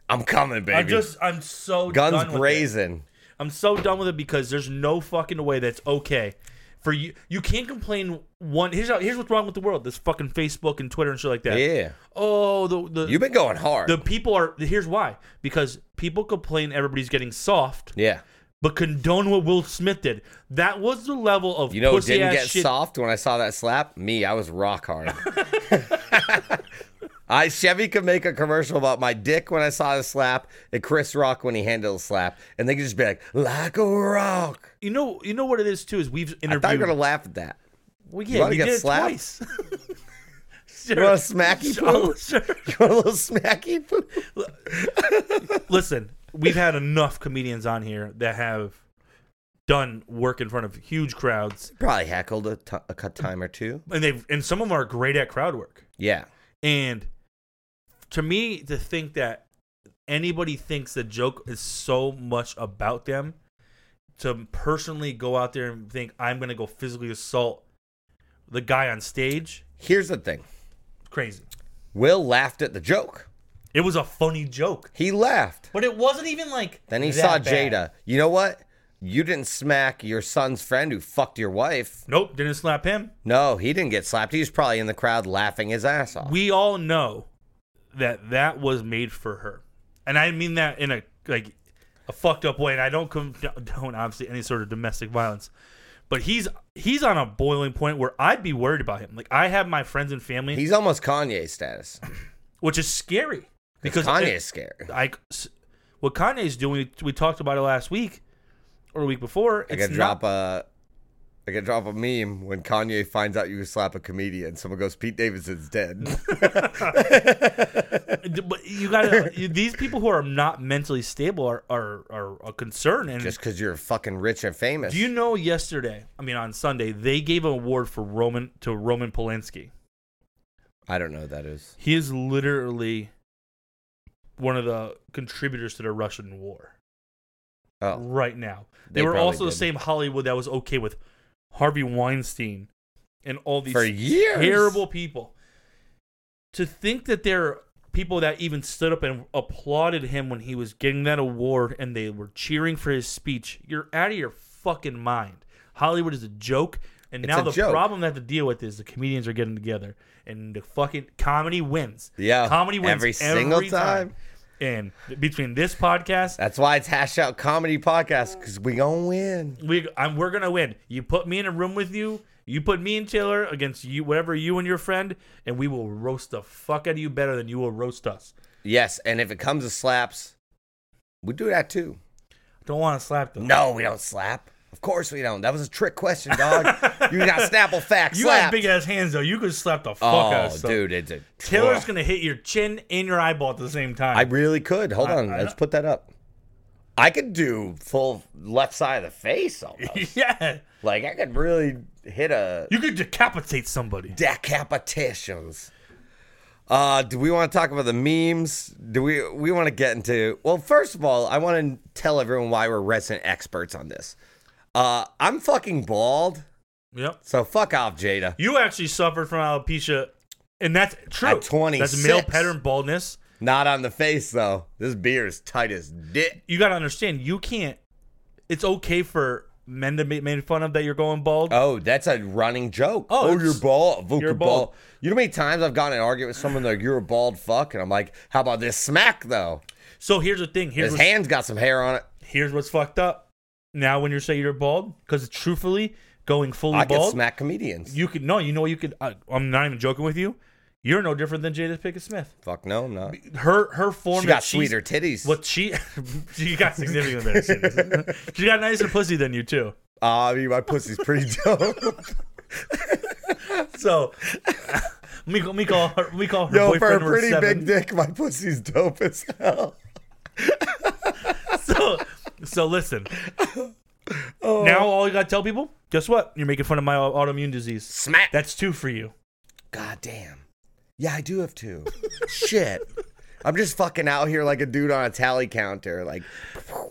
[SPEAKER 2] I'm coming, baby.
[SPEAKER 3] I'm just, I'm so done
[SPEAKER 2] Guns
[SPEAKER 3] with it.
[SPEAKER 2] blazing.
[SPEAKER 3] I'm so done with it because there's no fucking way that's okay for you. You can't complain. One here's how, here's what's wrong with the world. This fucking Facebook and Twitter and shit like that.
[SPEAKER 2] Yeah.
[SPEAKER 3] Oh, the the
[SPEAKER 2] You've been going hard.
[SPEAKER 3] the people are. Here's why. Because people complain everybody's getting soft,
[SPEAKER 2] yeah.
[SPEAKER 3] but condone what Will Smith did. That was the level of
[SPEAKER 2] You know who
[SPEAKER 3] pussy
[SPEAKER 2] didn't
[SPEAKER 3] ass
[SPEAKER 2] get
[SPEAKER 3] shit.
[SPEAKER 2] soft when I saw that slap? Me, I was rock hard. I Chevy could make a commercial about my dick when I saw the slap and Chris Rock when he handled the slap, and they could just be like, "Like a rock."
[SPEAKER 3] You know, you know what it is too is we've
[SPEAKER 2] I thought you
[SPEAKER 3] interviewed.
[SPEAKER 2] were gonna laugh at that.
[SPEAKER 3] well,
[SPEAKER 2] you
[SPEAKER 3] yeah,
[SPEAKER 2] wanna
[SPEAKER 3] we
[SPEAKER 2] get
[SPEAKER 3] did it
[SPEAKER 2] slapped?
[SPEAKER 3] twice.
[SPEAKER 2] You want a smacky
[SPEAKER 3] Oh,
[SPEAKER 2] poo?
[SPEAKER 3] sure.
[SPEAKER 2] You want a little smacky poo?
[SPEAKER 3] Listen, we've had enough comedians on here that have done work in front of huge crowds,
[SPEAKER 2] Probably heckled a ti- a cut time or two.
[SPEAKER 3] and they've and some of them are great at crowd work.
[SPEAKER 2] Yeah.
[SPEAKER 3] And to me, to think that anybody thinks the joke is so much about them, to personally go out there and think I'm going to go physically assault the guy on stage,
[SPEAKER 2] Here's the thing.
[SPEAKER 3] crazy.
[SPEAKER 2] Will laughed at the joke.
[SPEAKER 3] It was a funny joke,
[SPEAKER 2] He laughed.
[SPEAKER 3] but it wasn't even like.
[SPEAKER 2] Then he
[SPEAKER 3] that
[SPEAKER 2] saw
[SPEAKER 3] bad.
[SPEAKER 2] Jada. You know what? You didn't smack your son's friend who fucked your wife.
[SPEAKER 3] Nope, didn't slap him.
[SPEAKER 2] No, he didn't get slapped. He was probably in the crowd laughing his ass off.
[SPEAKER 3] We all know that that was made for her, and I mean that in a like a fucked up way. And I don't condone obviously any sort of domestic violence, but he's he's on a boiling point where I'd be worried about him. Like I have my friends and family,
[SPEAKER 2] He's almost Kanye status.
[SPEAKER 3] which is scary because
[SPEAKER 2] Kanye's scared.
[SPEAKER 3] like what Kanye's doing. We talked about it last week or the week before.
[SPEAKER 2] I could drop a. I could drop a meme when Kanye finds out you slap a comedian. Someone goes, "Pete Davidson's dead."
[SPEAKER 3] but you gotta these people who are not mentally stable are are, are a concern and
[SPEAKER 2] Just because you're fucking rich and famous.
[SPEAKER 3] Do you know yesterday? I mean, on Sunday, they gave an award for Roman to Roman Polanski.
[SPEAKER 2] I don't know who that is.
[SPEAKER 3] He is literally one of the contributors to the Russian war
[SPEAKER 2] Oh,
[SPEAKER 3] right now. They,
[SPEAKER 2] They
[SPEAKER 3] were
[SPEAKER 2] probably
[SPEAKER 3] also the
[SPEAKER 2] did.
[SPEAKER 3] same Hollywood that was okay with Harvey Weinstein and all these
[SPEAKER 2] for years.
[SPEAKER 3] terrible people. To think that there are people that even stood up and applauded him when he was getting that award and they were cheering for his speech, you're out of your fucking mind. Hollywood is a joke. And
[SPEAKER 2] It's
[SPEAKER 3] now
[SPEAKER 2] a
[SPEAKER 3] the
[SPEAKER 2] joke.
[SPEAKER 3] problem they have to deal with is the comedians are getting together and the fucking comedy wins.
[SPEAKER 2] Yeah,
[SPEAKER 3] Comedy wins
[SPEAKER 2] every single time.
[SPEAKER 3] And between this podcast,
[SPEAKER 2] That's why it's hash out comedy podcast because we gonna win.
[SPEAKER 3] we I'm, we're gonna win. You put me in a room with you. You put me and Taylor against you, whatever you and your friend, and we will roast the fuck out of you better than you will roast us.
[SPEAKER 2] Yes, and if it comes to slaps, we do that too.
[SPEAKER 3] Don't want to slap them.
[SPEAKER 2] No, we don't slap. Of course we don't. That was a trick question, dog. you got Snapple facts.
[SPEAKER 3] you
[SPEAKER 2] slap.
[SPEAKER 3] have big ass hands though. You could slap the fuck out
[SPEAKER 2] oh,
[SPEAKER 3] of some-
[SPEAKER 2] dude, it's a
[SPEAKER 3] Taylor's gonna hit your chin and your eyeball at the same time.
[SPEAKER 2] I really could. Hold
[SPEAKER 3] I-
[SPEAKER 2] on,
[SPEAKER 3] I
[SPEAKER 2] let's put that up. I could do full left side of the face almost.
[SPEAKER 3] yeah,
[SPEAKER 2] like I could really hit a
[SPEAKER 3] you could decapitate somebody.
[SPEAKER 2] decapitations. Uh, do we want to talk about the memes? Do we we want to get into? Well, first of all, I want to tell everyone why we're resident experts on this. Uh, I'm fucking bald,
[SPEAKER 3] Yep.
[SPEAKER 2] so fuck off, Jada.
[SPEAKER 3] You actually suffered from alopecia, and that's true.
[SPEAKER 2] At 26.
[SPEAKER 3] That's male pattern baldness.
[SPEAKER 2] Not on the face though. This beer is tight as dick.
[SPEAKER 3] You gotta understand. You can't. It's okay for men to be made fun of that you're going bald.
[SPEAKER 2] Oh, that's a running joke.
[SPEAKER 3] Oh,
[SPEAKER 2] Oh,
[SPEAKER 3] it's-
[SPEAKER 2] you're bald. Vuka
[SPEAKER 3] you're
[SPEAKER 2] bald.
[SPEAKER 3] bald.
[SPEAKER 2] You know how many times I've gotten in an argument with someone like you're a bald fuck, and I'm like, how about this smack though?
[SPEAKER 3] So here's the thing. Here's
[SPEAKER 2] His
[SPEAKER 3] what's,
[SPEAKER 2] hand's got some hair on it.
[SPEAKER 3] here's what's fucked up. Now, when you say you're bald, because truthfully, going fully
[SPEAKER 2] I could
[SPEAKER 3] bald,
[SPEAKER 2] smack comedians.
[SPEAKER 3] you could no. You know what you could. I, I'm not even joking with you. You're no different than Jada Pickett Smith.
[SPEAKER 2] Fuck no, I'm not.
[SPEAKER 3] Her her form.
[SPEAKER 2] She
[SPEAKER 3] that
[SPEAKER 2] got
[SPEAKER 3] she's-
[SPEAKER 2] sweeter titties.
[SPEAKER 3] What she she got significant there. Sid. she got nicer pussy than you too.
[SPEAKER 2] Ah, I mean, my pussy's pretty dope.
[SPEAKER 3] So we, call- we call her we call her
[SPEAKER 2] Yo, for a
[SPEAKER 3] boyfriend
[SPEAKER 2] pretty
[SPEAKER 3] number seven.
[SPEAKER 2] big dick, my pussy's dope as hell.
[SPEAKER 3] so, so listen.
[SPEAKER 2] Oh.
[SPEAKER 3] Now all you gotta tell people, guess what? You're making fun of my au- autoimmune disease.
[SPEAKER 2] Smack.
[SPEAKER 3] That's two for you.
[SPEAKER 2] God damn. Yeah, I do have two. Shit. I'm just fucking out here like a dude on a tally counter. Like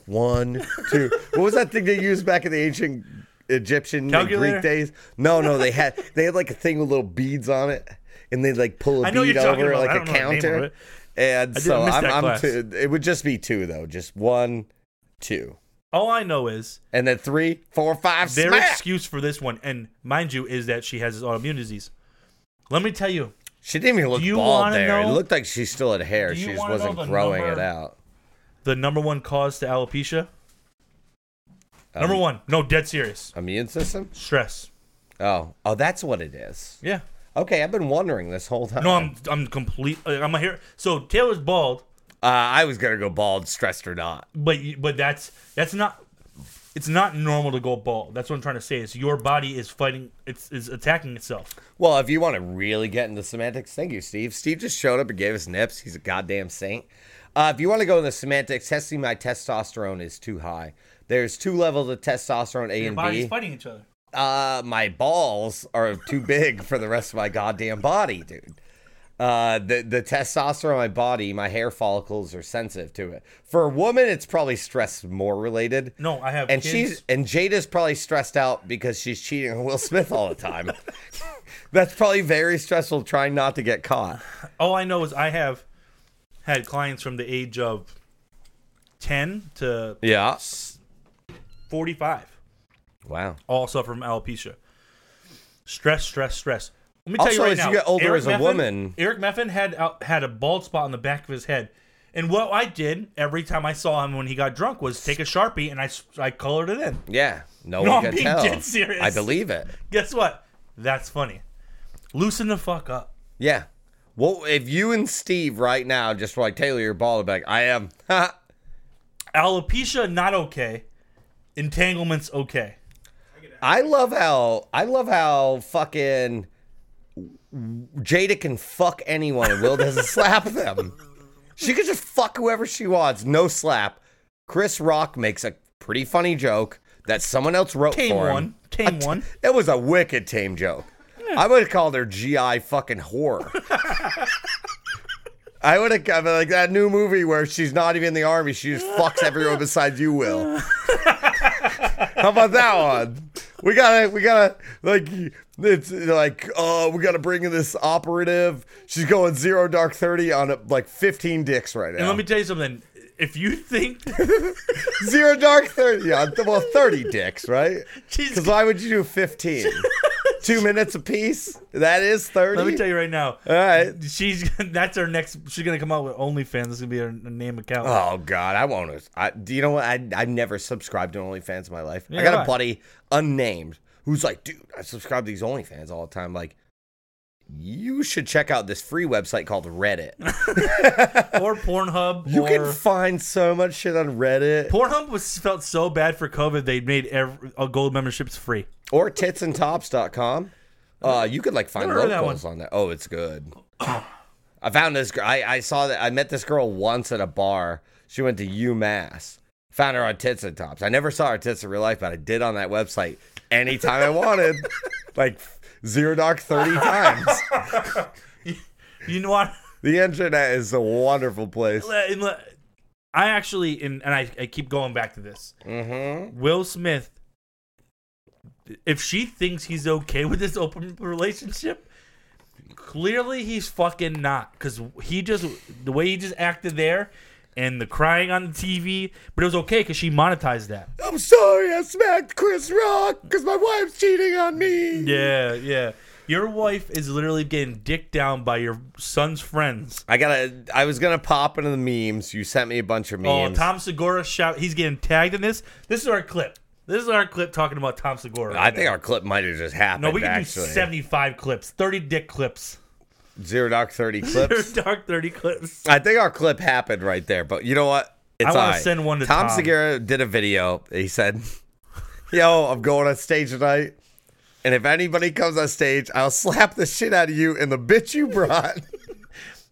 [SPEAKER 2] one, two. What was that thing they used back in the ancient Egyptian and
[SPEAKER 3] Calculator?
[SPEAKER 2] Greek days? No, no, they had they had like a thing with little beads on it, and they'd like pull a
[SPEAKER 3] I know what
[SPEAKER 2] bead
[SPEAKER 3] you're talking
[SPEAKER 2] over
[SPEAKER 3] about. I
[SPEAKER 2] like a
[SPEAKER 3] don't know the name of
[SPEAKER 2] counter.
[SPEAKER 3] it.
[SPEAKER 2] And
[SPEAKER 3] didn't
[SPEAKER 2] so
[SPEAKER 3] miss
[SPEAKER 2] I'm,
[SPEAKER 3] that
[SPEAKER 2] I'm
[SPEAKER 3] class.
[SPEAKER 2] two. It would just be two though, just one, two,
[SPEAKER 3] All I know is
[SPEAKER 2] and then three, four, five.
[SPEAKER 3] their
[SPEAKER 2] smack!
[SPEAKER 3] excuse for this one, and mind you, is that she has this autoimmune disease. Let me tell you,
[SPEAKER 2] She didn't even look
[SPEAKER 3] you
[SPEAKER 2] bald
[SPEAKER 3] wanna
[SPEAKER 2] there. it
[SPEAKER 3] know-
[SPEAKER 2] looked like she still had hair.
[SPEAKER 3] Do you
[SPEAKER 2] She just
[SPEAKER 3] wanna know
[SPEAKER 2] wasn't
[SPEAKER 3] the
[SPEAKER 2] growing it
[SPEAKER 3] number-
[SPEAKER 2] out.
[SPEAKER 3] the number one cause to alopecia.
[SPEAKER 2] Um,
[SPEAKER 3] Number one, no, dead serious,
[SPEAKER 2] Immune system?
[SPEAKER 3] stress.
[SPEAKER 2] Oh, oh, that's what it is.
[SPEAKER 3] Yeah.
[SPEAKER 2] Okay, I've been wondering this whole time.
[SPEAKER 3] No, I'm I'm complete. uh, I'm a here. So Taylor's bald,
[SPEAKER 2] Uh, I was gonna go bald, stressed or not.
[SPEAKER 3] but you- but that's that's not. it's not normal to go bald. That's what I'm trying to say. Is your body is fighting, it's is attacking itself.
[SPEAKER 2] Well, if you want to really get into semantics, thank you, Steve. Steve just showed up and gave us nips. He's a goddamn saint. Uh, if you want to go into semantics, testing my testosterone is too high. There's two levels of testosterone, A
[SPEAKER 3] Your
[SPEAKER 2] and
[SPEAKER 3] body's
[SPEAKER 2] B.
[SPEAKER 3] fighting each other.
[SPEAKER 2] Uh, my balls are too big for the rest of my goddamn body, dude. Uh, the the testosterone in my body, my hair follicles are sensitive to it. For a woman, it's probably stress more related.
[SPEAKER 3] No, I have
[SPEAKER 2] and
[SPEAKER 3] kids.
[SPEAKER 2] she's and Jada's probably stressed out because she's cheating on Will Smith all the time. That's probably very stressful trying not to get caught.
[SPEAKER 3] all I know is I have had clients from the age of 10 to
[SPEAKER 2] Yeah.
[SPEAKER 3] 45
[SPEAKER 2] Wow.
[SPEAKER 3] all suffer from alopecia. Stress, stress, stress. Let me tell
[SPEAKER 2] Also,
[SPEAKER 3] you right
[SPEAKER 2] as you
[SPEAKER 3] now,
[SPEAKER 2] get older
[SPEAKER 3] Eric
[SPEAKER 2] as a
[SPEAKER 3] Meffin-
[SPEAKER 2] woman-
[SPEAKER 3] Eric Meffin had out, had a bald spot on the back of his head, and what I did every time I saw him when he got drunk was take a sharpie and I s- I colored it in.
[SPEAKER 2] Yeah. No,
[SPEAKER 3] No,
[SPEAKER 2] one
[SPEAKER 3] I'm
[SPEAKER 2] could
[SPEAKER 3] being
[SPEAKER 2] tell.
[SPEAKER 3] dead serious.
[SPEAKER 2] I believe it.
[SPEAKER 3] Guess what? That's funny. Loosen the fuck up.
[SPEAKER 2] Yeah. Well, if you and Steve right now just were like Taylor, you're bald, I'd be like, I am.
[SPEAKER 3] Alopecia not okay. Entanglements okay.
[SPEAKER 2] I love how I love how fucking Jada can fuck anyone and Will doesn't slap them. She can just fuck whoever she wants, no slap. Chris Rock makes a pretty funny joke that someone else wrote
[SPEAKER 3] Tame
[SPEAKER 2] for him.
[SPEAKER 3] one. Tame one.
[SPEAKER 2] It was a wicked tame joke. I would have called her GI fucking horror. I would have been like that new movie where she's not even in the army. She just fucks everyone besides you, Will. How about that one? We gotta, we gotta, like, it's like, oh, we gotta bring in this operative. She's going zero dark thirty on uh, like fifteen dicks right now.
[SPEAKER 3] And let me tell you something. If you think
[SPEAKER 2] zero dark thirty, yeah, th- well, thirty dicks, right?
[SPEAKER 3] she's
[SPEAKER 2] Because why would you do fifteen? Two minutes apiece. That is thirty.
[SPEAKER 3] Let me tell you right now.
[SPEAKER 2] All right.
[SPEAKER 3] She's that's her next. She's gonna come out with OnlyFans. That's gonna be her name account.
[SPEAKER 2] Oh God, I won't. I, do you know what? I I never subscribed to OnlyFans in my life. I
[SPEAKER 3] Yeah,
[SPEAKER 2] got
[SPEAKER 3] why?
[SPEAKER 2] a buddy unnamed who's like, dude, I subscribe to these OnlyFans all the time. Like, you should check out this free website called Reddit.
[SPEAKER 3] or Pornhub.
[SPEAKER 2] You
[SPEAKER 3] or,
[SPEAKER 2] can find so much shit on Reddit
[SPEAKER 3] Pornhub was felt so bad for COVID. They made every, uh, gold memberships free.
[SPEAKER 2] or titsandtops.com. Uh, you could like find
[SPEAKER 3] Never heard of that
[SPEAKER 2] locals on there. Oh, it's good. I found this girl. I, I saw that. I met this girl once at a bar. She went to UMass. Found her on Tits and Tops. I never saw her tits in real life, but I did on that website anytime I wanted, like zero dark thirty times.
[SPEAKER 3] You know what?
[SPEAKER 2] The internet is a wonderful place.
[SPEAKER 3] Le- and le- I actually and, and I, I keep going back to this.
[SPEAKER 2] Mm-hmm.
[SPEAKER 3] Will Smith. If she thinks he's okay with this open relationship, clearly he's fucking not. Because he just the way he just acted there, and the crying on the TV, but it was okay because she monetized that.
[SPEAKER 2] I'm sorry, I smacked Chris Rock because my wife's cheating on me.
[SPEAKER 3] Yeah, yeah. Your wife is literally getting dicked down by your son's friends.
[SPEAKER 2] I gotta. I was gonna pop into the memes. You sent me a bunch of
[SPEAKER 3] Oh,
[SPEAKER 2] memes.
[SPEAKER 3] Tom Segura shout! He's getting tagged in this. This is our clip. This is our clip talking about Tom Segura.
[SPEAKER 2] I think our clip might have just happened.
[SPEAKER 3] no, we can
[SPEAKER 2] actually.
[SPEAKER 3] do seventy-five clips, thirty dick clips,
[SPEAKER 2] Zero Dark Thirty clips.
[SPEAKER 3] dark thirty clips.
[SPEAKER 2] I think our clip happened right there, but you know what? It's
[SPEAKER 3] I wanna
[SPEAKER 2] alright.
[SPEAKER 3] send one to
[SPEAKER 2] Tom,
[SPEAKER 3] Tom.
[SPEAKER 2] Segura did a video. He said, "Yo, I'm going on stage tonight, and if anybody comes on stage, I'll slap the shit out of you and the bitch you brought."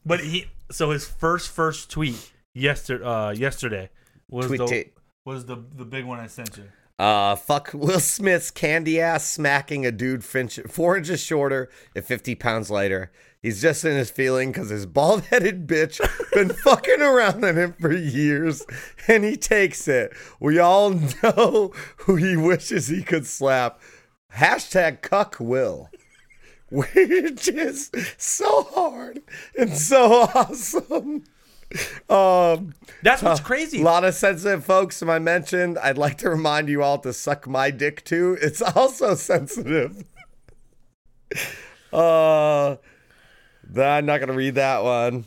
[SPEAKER 3] But he, so his first first tweet yesterday, uh, yesterday was
[SPEAKER 2] Tweet
[SPEAKER 3] the
[SPEAKER 2] it.
[SPEAKER 3] was the the big one I sent you.
[SPEAKER 2] Uh, fuck Will Smith's candy ass smacking a dude finch- four inches shorter and 50 pounds lighter. He's just in his feeling because his bald headed bitch been fucking around on him for years and he takes it. We all know who he wishes he could slap. Hashtag cuck Will. Which is so hard and so awesome. Um,
[SPEAKER 3] That's what's crazy.
[SPEAKER 2] a lot of sensitive folks I mentioned. I'd like to remind you all to suck my dick too. It's also sensitive. uh, th- I'm not gonna read that one.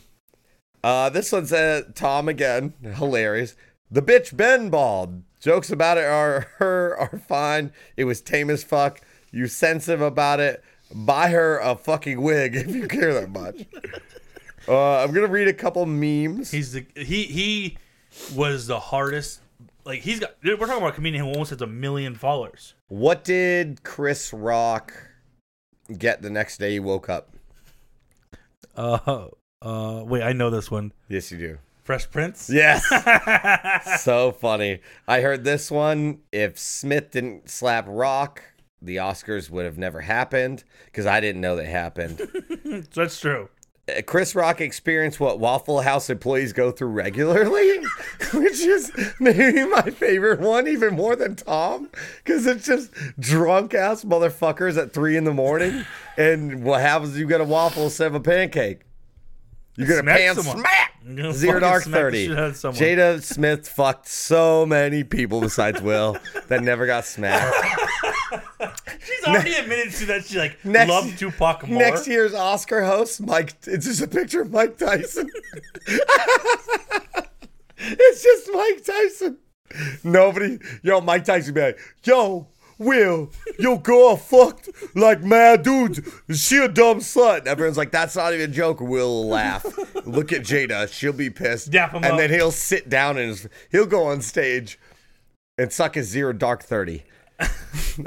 [SPEAKER 2] Uh, this one's uh, Tom again. Hilarious. The bitch Ben bald. Jokes about it are her are fine. It was tame as fuck. You sensitive about it. Buy her a fucking wig if you care that much. Uh, I'm gonna read a couple memes.
[SPEAKER 3] He's the he he was the hardest like he's got. We're talking about a comedian who almost has a million followers.
[SPEAKER 2] What did Chris Rock get the next day he woke up?
[SPEAKER 3] Uh, uh, wait, I know this one.
[SPEAKER 2] Yes, you do.
[SPEAKER 3] Fresh Prince.
[SPEAKER 2] Yes. so funny. I heard this one. If Smith didn't slap Rock, the Oscars would have never happened because I didn't know they happened.
[SPEAKER 3] that's true.
[SPEAKER 2] Uh, Chris Rock experienced what Waffle House employees go through regularly, which is maybe my favorite one, even more than Tom, because it's just drunk ass motherfuckers at three in the morning. And what happens? is You get a waffle instead of a pancake. You're gonna
[SPEAKER 3] Smack
[SPEAKER 2] pan
[SPEAKER 3] someone.
[SPEAKER 2] smack.
[SPEAKER 3] I'm gonna
[SPEAKER 2] Zero
[SPEAKER 3] fucking
[SPEAKER 2] dark
[SPEAKER 3] smack the
[SPEAKER 2] thirty.
[SPEAKER 3] shit out of someone.
[SPEAKER 2] Jada Smith fucked so many people besides Will that never got smacked.
[SPEAKER 3] She's already admitted to that. She like
[SPEAKER 2] Next-
[SPEAKER 3] loved Tupac more.
[SPEAKER 2] Next year's Oscar host, Mike. It's just a picture of Mike Tyson. it's just Mike Tyson. Nobody, yo, Mike Tyson be like, yo, Will, your girl fucked like mad dudes. She a dumb slut. And everyone's like, that's not even a joke. Will will laugh. Look at Jada. She'll be pissed.
[SPEAKER 3] Dap him
[SPEAKER 2] and
[SPEAKER 3] up.
[SPEAKER 2] then he'll sit down and his, he'll go on stage and suck his zero dark 30.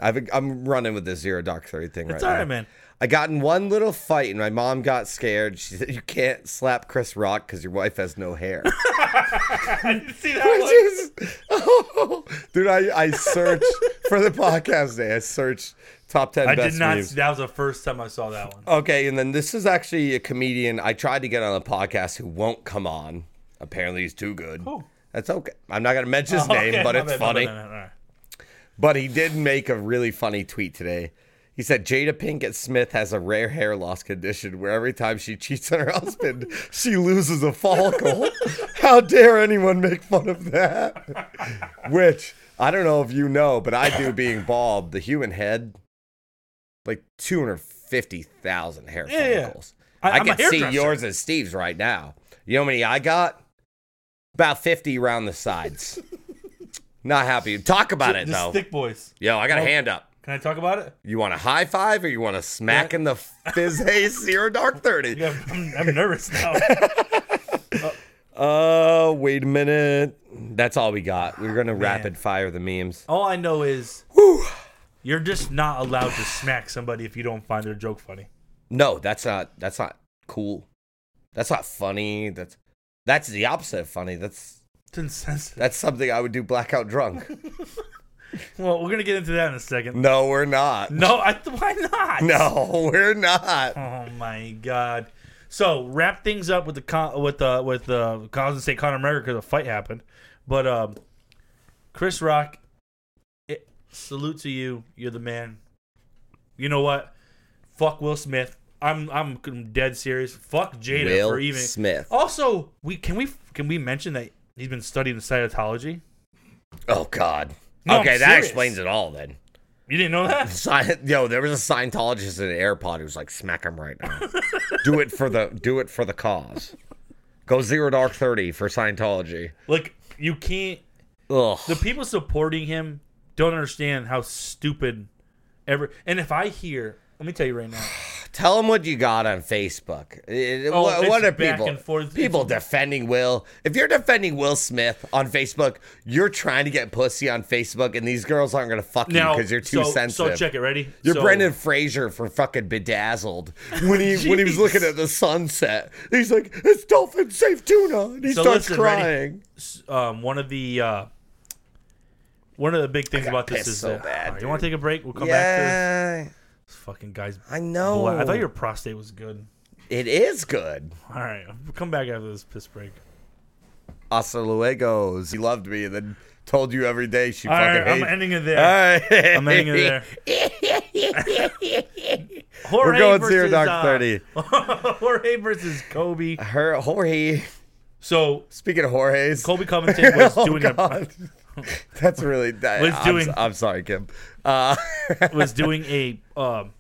[SPEAKER 2] I've, I'm running with this zero dark 30 thing right
[SPEAKER 3] It's all
[SPEAKER 2] now.
[SPEAKER 3] right, man.
[SPEAKER 2] I got in one little fight and my mom got scared. She said, You can't slap Chris Rock because your wife has no hair.
[SPEAKER 3] I didn't see that
[SPEAKER 2] Which
[SPEAKER 3] one.
[SPEAKER 2] is, dude, I, I searched for the podcast day. I searched top 10
[SPEAKER 3] I
[SPEAKER 2] best
[SPEAKER 3] did not.
[SPEAKER 2] memes.
[SPEAKER 3] See, that was the first time I saw that one.
[SPEAKER 2] Okay, and then this is actually a comedian I tried to get on the podcast who won't come on. Apparently, he's too good.
[SPEAKER 3] Cool.
[SPEAKER 2] That's okay. I'm not going to mention his name,
[SPEAKER 3] Okay,
[SPEAKER 2] but
[SPEAKER 3] my
[SPEAKER 2] it's
[SPEAKER 3] bad, my
[SPEAKER 2] funny.
[SPEAKER 3] bad, my bad, all right.
[SPEAKER 2] But he did make a really funny tweet today. He said Jada Pinkett Smith has a rare hair loss condition where every time she cheats on her husband, she loses a follicle. How dare anyone make fun of that? Which I don't know if you know, but I do being bald, the human head, like 250,000 hair
[SPEAKER 3] Yeah, yeah.
[SPEAKER 2] follicles.
[SPEAKER 3] I-
[SPEAKER 2] I,
[SPEAKER 3] I'm a
[SPEAKER 2] can see
[SPEAKER 3] hairdresser.
[SPEAKER 2] yours and Steve's right now. You know how many I got? About 50 around the sides. Not happy. Talk about it,
[SPEAKER 3] Just
[SPEAKER 2] though.
[SPEAKER 3] Stick boys.
[SPEAKER 2] Yo, I got a hand up.
[SPEAKER 3] Can I talk about it?
[SPEAKER 2] You want a high five or you want a smack in the fizz haze zero dark 30?
[SPEAKER 3] Yeah, I'm, I'm nervous now.
[SPEAKER 2] Uh, wait a minute. That's all we got. We're going to rapid fire the memes.
[SPEAKER 3] All I know is you're just not allowed to smack somebody if you don't find their joke funny.
[SPEAKER 2] No, that's not that's not cool. That's not funny. That's that's the opposite of funny. That's
[SPEAKER 3] It's insensitive.
[SPEAKER 2] that's something I would do blackout drunk.
[SPEAKER 3] Well, we're gonna get into that in a second.
[SPEAKER 2] No, we're not.
[SPEAKER 3] No, I, why not?
[SPEAKER 2] No, we're not.
[SPEAKER 3] Oh my god. So wrap things up with the con- with the with the Collins and State Conor McGregor because a fight happened, but um, Chris Rock, it, salute to you. You're the man. You know what? Fuck Will Smith. I'm I'm dead serious. Fuck Jada
[SPEAKER 2] Will
[SPEAKER 3] for even
[SPEAKER 2] Smith.
[SPEAKER 3] Also, we can we can we mention that he's been studying Scientology.
[SPEAKER 2] Oh god.
[SPEAKER 3] No, I'm
[SPEAKER 2] okay, that
[SPEAKER 3] serious.
[SPEAKER 2] explains it all then.
[SPEAKER 3] You didn't know that?
[SPEAKER 2] Sci- Yo, there was a Scientologist in an AirPod who was like, "Smack him right now. do it for the do it for the cause. Go zero dark thirty for Scientology."
[SPEAKER 3] Like you can't.
[SPEAKER 2] Ugh.
[SPEAKER 3] the people supporting him don't understand how stupid ever and if i hear let me tell you right now
[SPEAKER 2] Tell them what you got on Facebook. It- it-
[SPEAKER 3] Oh,
[SPEAKER 2] what,
[SPEAKER 3] it's
[SPEAKER 2] what are
[SPEAKER 3] back
[SPEAKER 2] people
[SPEAKER 3] and forth.
[SPEAKER 2] people defending Will? If you're defending Will Smith on Facebook, you're trying to get pussy on Facebook, and these girls aren't gonna fuck you
[SPEAKER 3] now
[SPEAKER 2] because you're too
[SPEAKER 3] so,
[SPEAKER 2] sensitive.
[SPEAKER 3] so check it ready
[SPEAKER 2] You're
[SPEAKER 3] so,
[SPEAKER 2] Brendan Fraser for fucking bedazzled when he when he was
[SPEAKER 3] Jeez.
[SPEAKER 2] looking at the sunset. He's like, "It's dolphin safe tuna," and he
[SPEAKER 3] So
[SPEAKER 2] starts
[SPEAKER 3] listen, ready?
[SPEAKER 2] crying.
[SPEAKER 3] s- um one of the uh one of the big things about this
[SPEAKER 2] pissed
[SPEAKER 3] is
[SPEAKER 2] so
[SPEAKER 3] that
[SPEAKER 2] bad,
[SPEAKER 3] Alright, you want to take a break we'll come back to
[SPEAKER 2] Yeah,
[SPEAKER 3] this fucking guy's
[SPEAKER 2] I know.
[SPEAKER 3] Boy, i thought your prostate was good
[SPEAKER 2] it is good.
[SPEAKER 3] all right we'll come back after this piss break
[SPEAKER 2] Hasta luego. He loved me and then told you every day she
[SPEAKER 3] all
[SPEAKER 2] fucking
[SPEAKER 3] right i'm
[SPEAKER 2] hates.
[SPEAKER 3] ending it there
[SPEAKER 2] All right.
[SPEAKER 3] i'm ending it there Jorge
[SPEAKER 2] We're going zero
[SPEAKER 3] versus,
[SPEAKER 2] dark
[SPEAKER 3] uh,
[SPEAKER 2] thirty.
[SPEAKER 3] Jorge versus Kobe.
[SPEAKER 2] Her Jorge.
[SPEAKER 3] So
[SPEAKER 2] Speaking of Jorge's,
[SPEAKER 3] Colby Covington was
[SPEAKER 2] Oh,
[SPEAKER 3] doing a,
[SPEAKER 2] God. That's really.
[SPEAKER 3] Was
[SPEAKER 2] I'm,
[SPEAKER 3] doing-
[SPEAKER 2] I'm sorry, Kim. Uh,
[SPEAKER 3] was doing a um,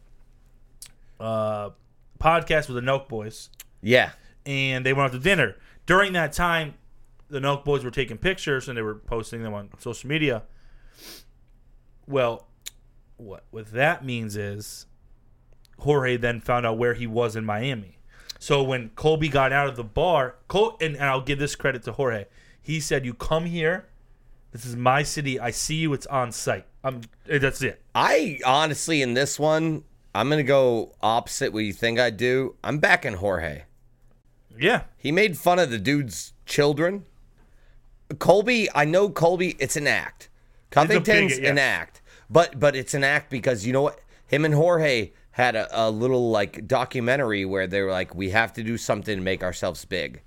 [SPEAKER 3] uh, podcast with the Nelk Boys,
[SPEAKER 2] yeah.
[SPEAKER 3] and they went out to dinner. During that time, the Nelk Boys were taking pictures and they were posting them on social media. Well, what what that means is Jorge then found out where he was in Miami. So when Colby got out of the bar, Col- and, and I'll give this credit to Jorge. He said, "You come here, This is my city. I see you. It's on site. I'm. eh, That's it.
[SPEAKER 2] I honestly, in this one, I'm gonna go opposite what you think I do. I'm backing Jorge.
[SPEAKER 3] Yeah.
[SPEAKER 2] He made fun of the dude's children. Colby, I know Colby. It's an act. Covington's
[SPEAKER 3] bigot, yeah.
[SPEAKER 2] an act, but but it's an act because you know what? Him and Jorge had a, a little like documentary where they were like, we have to do something to make ourselves big.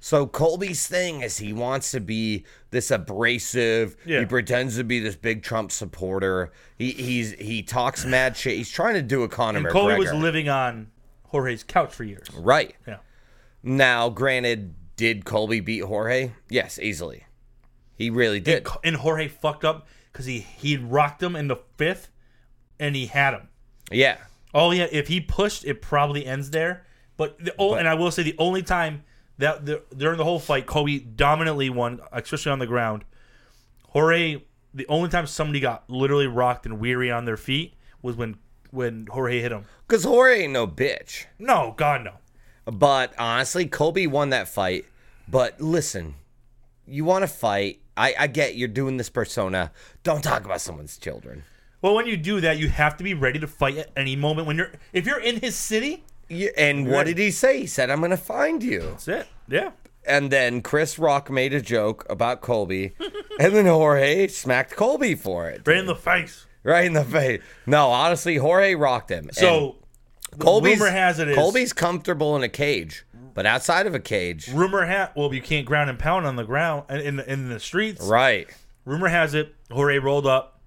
[SPEAKER 2] So Colby's thing is he wants to be this abrasive.
[SPEAKER 3] Yeah.
[SPEAKER 2] He pretends to be this big Trump supporter. He he's he talks mad shit. He's trying to do a Conor
[SPEAKER 3] And
[SPEAKER 2] McGregor.
[SPEAKER 3] Colby was living on Jorge's couch for years.
[SPEAKER 2] right.
[SPEAKER 3] Yeah.
[SPEAKER 2] Now, granted, did Colby beat Jorge? Yes, easily. He really did.
[SPEAKER 3] And Jorge fucked up because he he rocked him in the fifth, and he had him.
[SPEAKER 2] yeah.
[SPEAKER 3] Oh yeah, if he pushed, it probably ends there. But the oh, and I will say the only time that the, during the whole fight, Kobe dominantly won, especially on the ground. Jorge, the only time somebody got literally rocked and weary on their feet was when when Jorge hit him.
[SPEAKER 2] Because Jorge ain't no bitch.
[SPEAKER 3] No, God no.
[SPEAKER 2] But honestly, Colby won that fight. But listen, you want to fight. I, I get you're doing this persona. Don't talk about someone's children.
[SPEAKER 3] Well, when you do that, you have to be ready to fight at any moment. When you're if you're in his city,
[SPEAKER 2] You, and what
[SPEAKER 3] Right.
[SPEAKER 2] did he say? He said, I'm going to find you.
[SPEAKER 3] that's it. Yeah.
[SPEAKER 2] And then Chris Rock made a joke about Colby. and then Jorge smacked Colby for it.
[SPEAKER 3] Right in the face.
[SPEAKER 2] Right in the face. No, honestly, Jorge rocked him. And-
[SPEAKER 3] So
[SPEAKER 2] Colby's,
[SPEAKER 3] rumor has it is
[SPEAKER 2] Colby's comfortable in a cage, but outside of a cage,
[SPEAKER 3] rumor hat. Well, you can't ground and pound on the ground and in the, in the streets.
[SPEAKER 2] right?
[SPEAKER 3] Rumor has it Jorge rolled up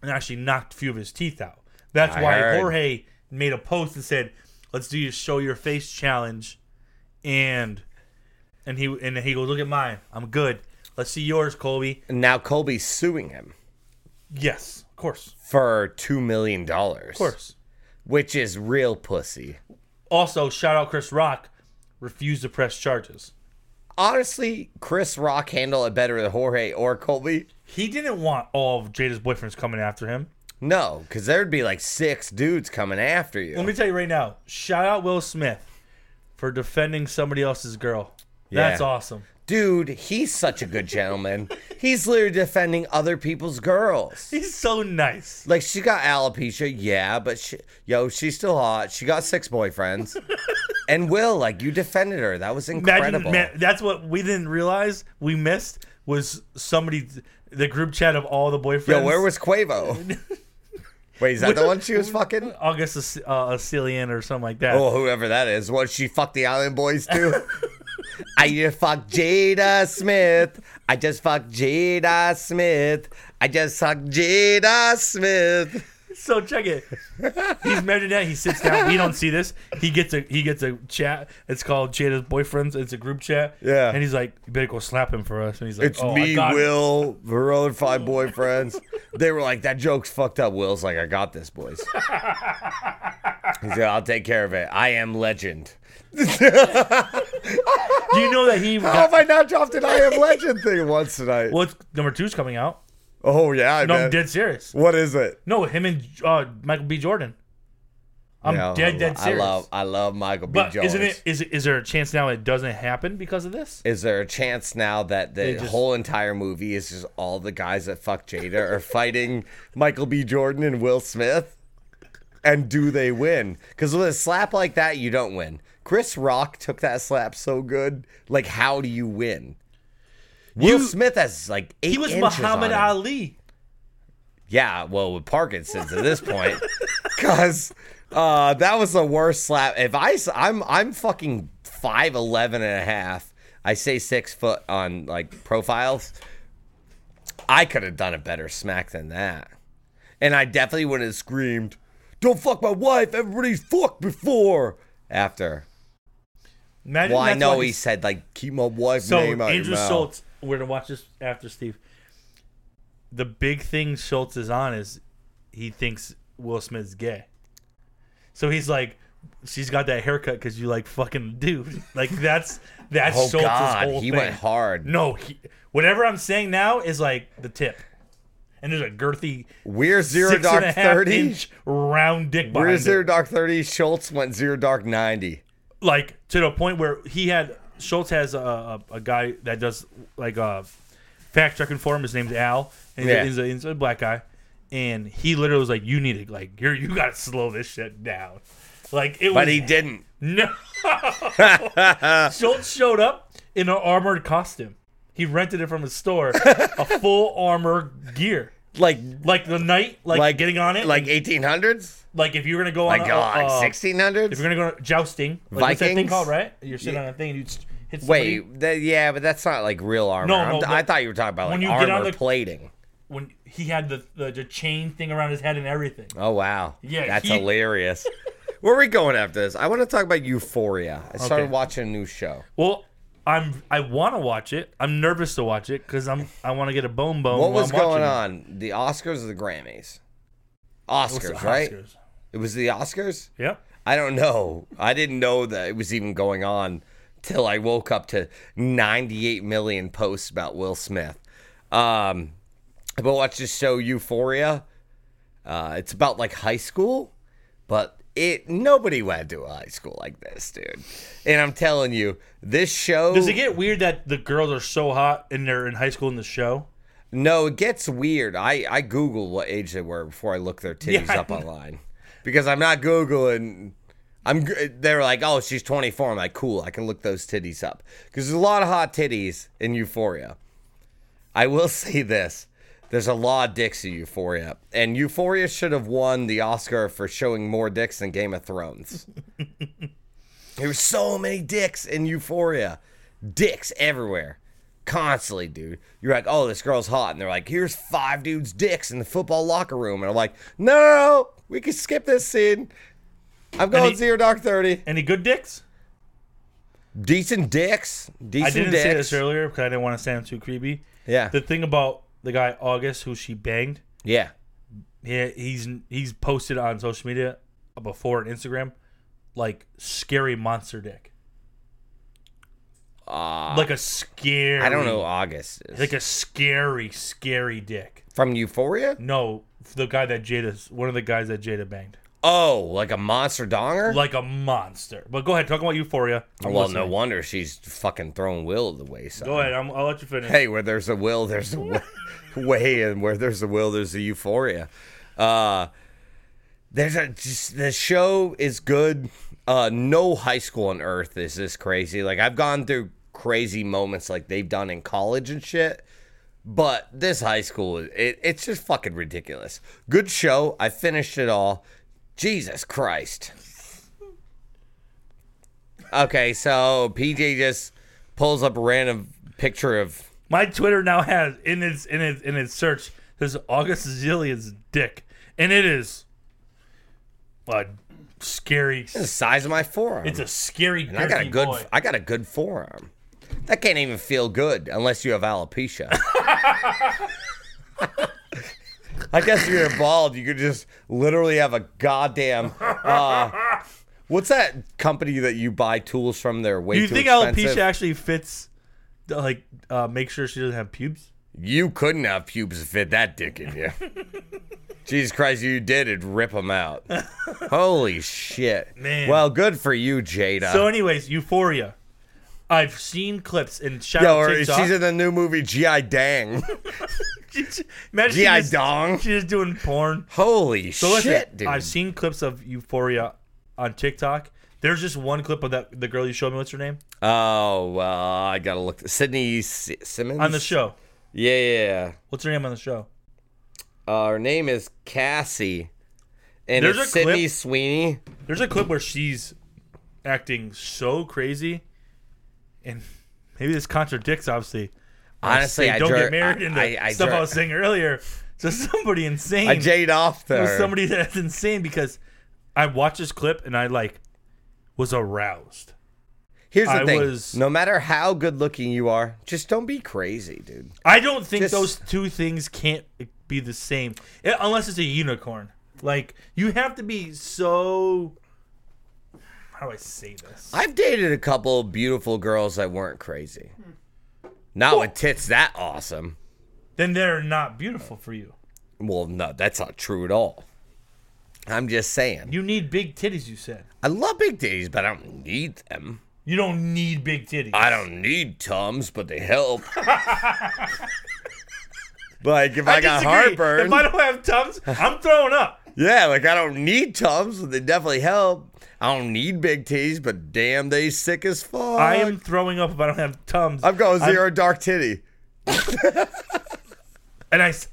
[SPEAKER 3] and actually knocked a few of his teeth out. That's
[SPEAKER 2] I
[SPEAKER 3] why
[SPEAKER 2] heard.
[SPEAKER 3] Jorge made a post and said, "Let's do your show your face challenge," and and he and he goes, "Look at mine. I'm good. Let's see yours, Colby."
[SPEAKER 2] And now Colby's suing him
[SPEAKER 3] Yes, of course,
[SPEAKER 2] for two million dollars,
[SPEAKER 3] of course.
[SPEAKER 2] which is real pussy.
[SPEAKER 3] Also, shout out Chris Rock refused to press charges.
[SPEAKER 2] Honestly, Chris Rock handled it better than Jorge or Colby.
[SPEAKER 3] He didn't want all of Jada's boyfriends coming after him.
[SPEAKER 2] No, because there'd be like six dudes coming after you.
[SPEAKER 3] Let me tell you right now. Shout out Will Smith for defending somebody else's girl. That's
[SPEAKER 2] Yeah.
[SPEAKER 3] awesome.
[SPEAKER 2] Dude, he's such a good gentleman. he's literally defending other people's girls.
[SPEAKER 3] He's so nice.
[SPEAKER 2] Like she got alopecia, yeah, but she, yo, she's still hot. She got six boyfriends, and Will, like you defended her. That was
[SPEAKER 3] Imagine,
[SPEAKER 2] incredible.
[SPEAKER 3] man, that's what we didn't realize we missed was somebody the group chat of all the boyfriends.
[SPEAKER 2] yo, where was Quavo? Wait, is that the one she was fucking?
[SPEAKER 3] August uh, Acelian or something like that?
[SPEAKER 2] Oh, whoever that is. What she fucked the Island Boys too? I just fucked Jada Smith. I just fucked Jada Smith. I just fucked Jada Smith.
[SPEAKER 3] So check it. He's measured that. He sits down. We don't see this. He gets a he gets a chat. It's called Jada's boyfriends. It's a group chat.
[SPEAKER 2] Yeah.
[SPEAKER 3] And he's like, "You better go slap him for us." And he's like,
[SPEAKER 2] It's
[SPEAKER 3] "Oh, I
[SPEAKER 2] me,
[SPEAKER 3] got it."
[SPEAKER 2] Will, her other five boyfriends. They were like, that joke's fucked up. Will's like, I got this, boys. He said, I'll take care of it. I am legend.
[SPEAKER 3] Do you know that he
[SPEAKER 2] How
[SPEAKER 3] got,
[SPEAKER 2] have I not dropped an I am legend thing once tonight?
[SPEAKER 3] well, it's- number two's coming out?
[SPEAKER 2] Oh, yeah. I
[SPEAKER 3] No, I'm
[SPEAKER 2] bet.
[SPEAKER 3] dead serious.
[SPEAKER 2] What is it?
[SPEAKER 3] No, him and uh, Michael B. Jordan. I'm
[SPEAKER 2] Yeah,
[SPEAKER 3] dead, dead
[SPEAKER 2] I
[SPEAKER 3] serious.
[SPEAKER 2] love, I love Michael B.
[SPEAKER 3] But
[SPEAKER 2] Jones.
[SPEAKER 3] isn't it is is there a chance now it doesn't happen because of this?
[SPEAKER 2] Is there a chance now that the
[SPEAKER 3] just-
[SPEAKER 2] whole entire movie is just all the guys that fuck Jada are fighting Michael B. Jordan and Will Smith? And do they win? Because with a slap like that, you don't win. Chris Rock took that slap so good. Like, how do you win? Will
[SPEAKER 3] You-
[SPEAKER 2] Smith has like eight.
[SPEAKER 3] He was
[SPEAKER 2] inches
[SPEAKER 3] Muhammad
[SPEAKER 2] on him.
[SPEAKER 3] Ali.
[SPEAKER 2] Yeah, well, with Parkinson's at this point, because uh, that was the worst slap. If I, s- I'm, I'm fucking 5'11 and a half. I say six foot on like profiles. I could have done a better smack than that. And I definitely wouldn't have screamed, Don't fuck my wife. Everybody's fucked before. After.
[SPEAKER 3] Imagine
[SPEAKER 2] Well, I
[SPEAKER 3] that's why
[SPEAKER 2] know
[SPEAKER 3] he-
[SPEAKER 2] he said, like, keep my wife's
[SPEAKER 3] so
[SPEAKER 2] name out
[SPEAKER 3] Andrew
[SPEAKER 2] your mouth.
[SPEAKER 3] Schultz. We're gonna watch this after Steve. The big thing Schultz is on is he thinks Will Smith's gay. So he's like, she's got that haircut because you like fucking dude. Like that's that's
[SPEAKER 2] Oh,
[SPEAKER 3] Schultz's
[SPEAKER 2] God.
[SPEAKER 3] whole
[SPEAKER 2] He
[SPEAKER 3] thing.
[SPEAKER 2] went hard.
[SPEAKER 3] No, he, whatever I'm saying now is like the tip. And there's a girthy
[SPEAKER 2] We're zero
[SPEAKER 3] six and
[SPEAKER 2] dark
[SPEAKER 3] a half
[SPEAKER 2] 30.
[SPEAKER 3] inch round dick behind
[SPEAKER 2] We're
[SPEAKER 3] it.
[SPEAKER 2] zero dark thirty. Schultz went zero dark ninety.
[SPEAKER 3] like to the point where he had Schultz has a, a, a guy that does like uh, fact checking for him. His name's Al. And he's, a,
[SPEAKER 2] Yeah.
[SPEAKER 3] he's, a, he's a black guy, and he literally was like, "You need to like, you're, you got to slow this shit down." Like it
[SPEAKER 2] But
[SPEAKER 3] was
[SPEAKER 2] he didn't.
[SPEAKER 3] no. Schultz showed up in an armored costume. He rented it from a store, a full armor gear.
[SPEAKER 2] Like
[SPEAKER 3] Like the knight, like,
[SPEAKER 2] Like-
[SPEAKER 3] getting on it, like
[SPEAKER 2] like 1800s?
[SPEAKER 3] like if you're gonna go on,
[SPEAKER 2] Like
[SPEAKER 3] a- a-
[SPEAKER 2] uh,
[SPEAKER 3] a-
[SPEAKER 2] 1600s?
[SPEAKER 3] if you're gonna go jousting, like, what's that thing
[SPEAKER 2] Vikings?
[SPEAKER 3] called, right? You're sitting on a thing, and you just hit. Somebody.
[SPEAKER 2] Wait, that, yeah, but that's not like real armor.
[SPEAKER 3] No,
[SPEAKER 2] I'm-
[SPEAKER 3] no, but
[SPEAKER 2] I thought you were talking about
[SPEAKER 3] when
[SPEAKER 2] like
[SPEAKER 3] you get on
[SPEAKER 2] armor
[SPEAKER 3] the-
[SPEAKER 2] plating.
[SPEAKER 3] when he had the, the the chain thing around his head and everything.
[SPEAKER 2] Oh wow,
[SPEAKER 3] Yeah,
[SPEAKER 2] that's
[SPEAKER 3] he-
[SPEAKER 2] hilarious. Where are we going after this? I want to talk about Euphoria. I started
[SPEAKER 3] Okay.
[SPEAKER 2] watching a new show.
[SPEAKER 3] Well, I'm I want to watch it. I'm nervous to watch it because I'm I want to get a bone bone.
[SPEAKER 2] What
[SPEAKER 3] while
[SPEAKER 2] was
[SPEAKER 3] I'm watching
[SPEAKER 2] going
[SPEAKER 3] it.
[SPEAKER 2] on? The Oscars or the Grammys?
[SPEAKER 3] What's
[SPEAKER 2] Oscars,
[SPEAKER 3] the
[SPEAKER 2] right?
[SPEAKER 3] Oscars?
[SPEAKER 2] It was the Oscars.
[SPEAKER 3] Yep.
[SPEAKER 2] I don't know. I didn't know that it was even going on till I woke up to 98 million posts about Will Smith. Um, but watch this show Euphoria. Uh, it's about like high school, but it nobody went to a high school like this, dude. And I'm telling you, this show
[SPEAKER 3] Does it get weird that the girls are so hot and they're in high school in the show?
[SPEAKER 2] No, it gets weird. I I googled what age they were before I looked their titties
[SPEAKER 3] Yeah.
[SPEAKER 2] up online because I'm not googling. I'm g- they're like, oh, she's 24. I'm like, cool. I can look those titties up because there's a lot of hot titties in Euphoria. I will say this: there's a lot of dicks in Euphoria, and Euphoria should have won the Oscar for showing more dicks than Game of Thrones. there were so many dicks in Euphoria, dicks everywhere, constantly, dude. You're like, oh, this girl's hot, and they're like, here's five dudes' dicks in the football locker room, and I'm like, no, no, no, we can skip this scene. I'm going
[SPEAKER 3] he-
[SPEAKER 2] zero dark thirty.
[SPEAKER 3] Any good dicks?
[SPEAKER 2] Decent dicks. Decent
[SPEAKER 3] I didn't
[SPEAKER 2] dicks.
[SPEAKER 3] say this earlier because I didn't want to sound too creepy.
[SPEAKER 2] Yeah.
[SPEAKER 3] The thing about the guy August who she banged,
[SPEAKER 2] yeah.
[SPEAKER 3] he, he's he's posted on social media before on Instagram, like scary monster dick,
[SPEAKER 2] Uh,
[SPEAKER 3] like a scary.
[SPEAKER 2] I don't know. August is.
[SPEAKER 3] like a scary, scary dick.
[SPEAKER 2] From Euphoria?
[SPEAKER 3] No, the guy that Jada's one of the guys that Jada banged,
[SPEAKER 2] Oh, like a monster donger?
[SPEAKER 3] like a monster. But go ahead, talk about Euphoria. I'm
[SPEAKER 2] well, no
[SPEAKER 3] listening.
[SPEAKER 2] wonder she's fucking throwing Will the wayside.
[SPEAKER 3] Go ahead, I'm, I'll let you finish.
[SPEAKER 2] Hey, where there's a will, there's a wa- way, and where there's a will, there's a euphoria. Uh, there's a just, the show is good. Uh, no high school on earth is this crazy. Like I've gone through crazy moments like they've done in college and shit. But this high school, it, it's just fucking ridiculous. Good show. I finished it all. Jesus Christ. Okay, so PJ just pulls up a random picture of
[SPEAKER 3] My Twitter now has in its in its in its search says August Zillion's dick, and it is a scary.
[SPEAKER 2] the size of my forearm.
[SPEAKER 3] It's a scary.
[SPEAKER 2] I got a
[SPEAKER 3] girthy
[SPEAKER 2] good
[SPEAKER 3] boy.
[SPEAKER 2] I got a good forearm. That can't even feel good unless you have alopecia. I guess if you're bald, you could just literally have a goddamn uh, What's that company that you buy tools from? They're way
[SPEAKER 3] Do you
[SPEAKER 2] too
[SPEAKER 3] think
[SPEAKER 2] expensive.
[SPEAKER 3] alopecia actually fits? uh, Like, uh, make sure she doesn't have pubes.
[SPEAKER 2] You couldn't have pubes to fit that dick in you. Jesus Christ, you did it. Rip them out. Holy shit,
[SPEAKER 3] Man.
[SPEAKER 2] Well, good for you, Jada.
[SPEAKER 3] So, anyways, Euphoria. I've seen clips and shout
[SPEAKER 2] Yo,
[SPEAKER 3] out
[SPEAKER 2] or
[SPEAKER 3] TikTok.
[SPEAKER 2] she's in the new movie GI Dang.
[SPEAKER 3] Imagine she
[SPEAKER 2] GI
[SPEAKER 3] just-
[SPEAKER 2] Dong.
[SPEAKER 3] She's just doing porn.
[SPEAKER 2] Holy
[SPEAKER 3] So listen,
[SPEAKER 2] shit, dude.
[SPEAKER 3] I've seen clips of Euphoria on TikTok. There's just one clip of that the girl you showed me. What's her name
[SPEAKER 2] oh well, I gotta look. Sydney S- Simmons
[SPEAKER 3] on the show?
[SPEAKER 2] Yeah, yeah.
[SPEAKER 3] What's her name on the show?
[SPEAKER 2] yeah. Uh, her name is Cassie, and
[SPEAKER 3] There's
[SPEAKER 2] it's
[SPEAKER 3] a clip-
[SPEAKER 2] Sydney Sweeney.
[SPEAKER 3] There's a clip where she's acting so crazy, and maybe this contradicts obviously.
[SPEAKER 2] Honestly, I
[SPEAKER 3] don't
[SPEAKER 2] jer-
[SPEAKER 3] get married and the
[SPEAKER 2] I, I, I,
[SPEAKER 3] stuff I
[SPEAKER 2] jer-
[SPEAKER 3] was saying earlier to somebody insane.
[SPEAKER 2] I jade off to
[SPEAKER 3] was
[SPEAKER 2] her.
[SPEAKER 3] somebody that's insane because I watched this clip and I like was aroused.
[SPEAKER 2] Here's the
[SPEAKER 3] I
[SPEAKER 2] thing:
[SPEAKER 3] was-
[SPEAKER 2] no matter how good looking you are, just don't be crazy, dude.
[SPEAKER 3] I don't think
[SPEAKER 2] Just-
[SPEAKER 3] those two things can't be the same i- unless it's a unicorn. Like you have to be so. How do I say this?
[SPEAKER 2] I've dated a couple beautiful girls that weren't crazy. Not with tits that awesome.
[SPEAKER 3] Then they're not beautiful for you.
[SPEAKER 2] Well, no, that's not true at all. I'm just saying.
[SPEAKER 3] You need big titties. You said
[SPEAKER 2] I love big titties, but I don't need them.
[SPEAKER 3] you don't need big titties.
[SPEAKER 2] I don't need tums, but they help. Like if I, got
[SPEAKER 3] disagree.
[SPEAKER 2] heartburn,
[SPEAKER 3] If I don't have tums, I'm throwing up.
[SPEAKER 2] yeah, like I don't need tums, but they definitely help. I don't need big teas, but damn, they sick as fuck.
[SPEAKER 3] I am throwing up if I don't have tums.
[SPEAKER 2] Oh, I'm going
[SPEAKER 3] I'm-
[SPEAKER 2] 0 dark titty.
[SPEAKER 3] and I. s-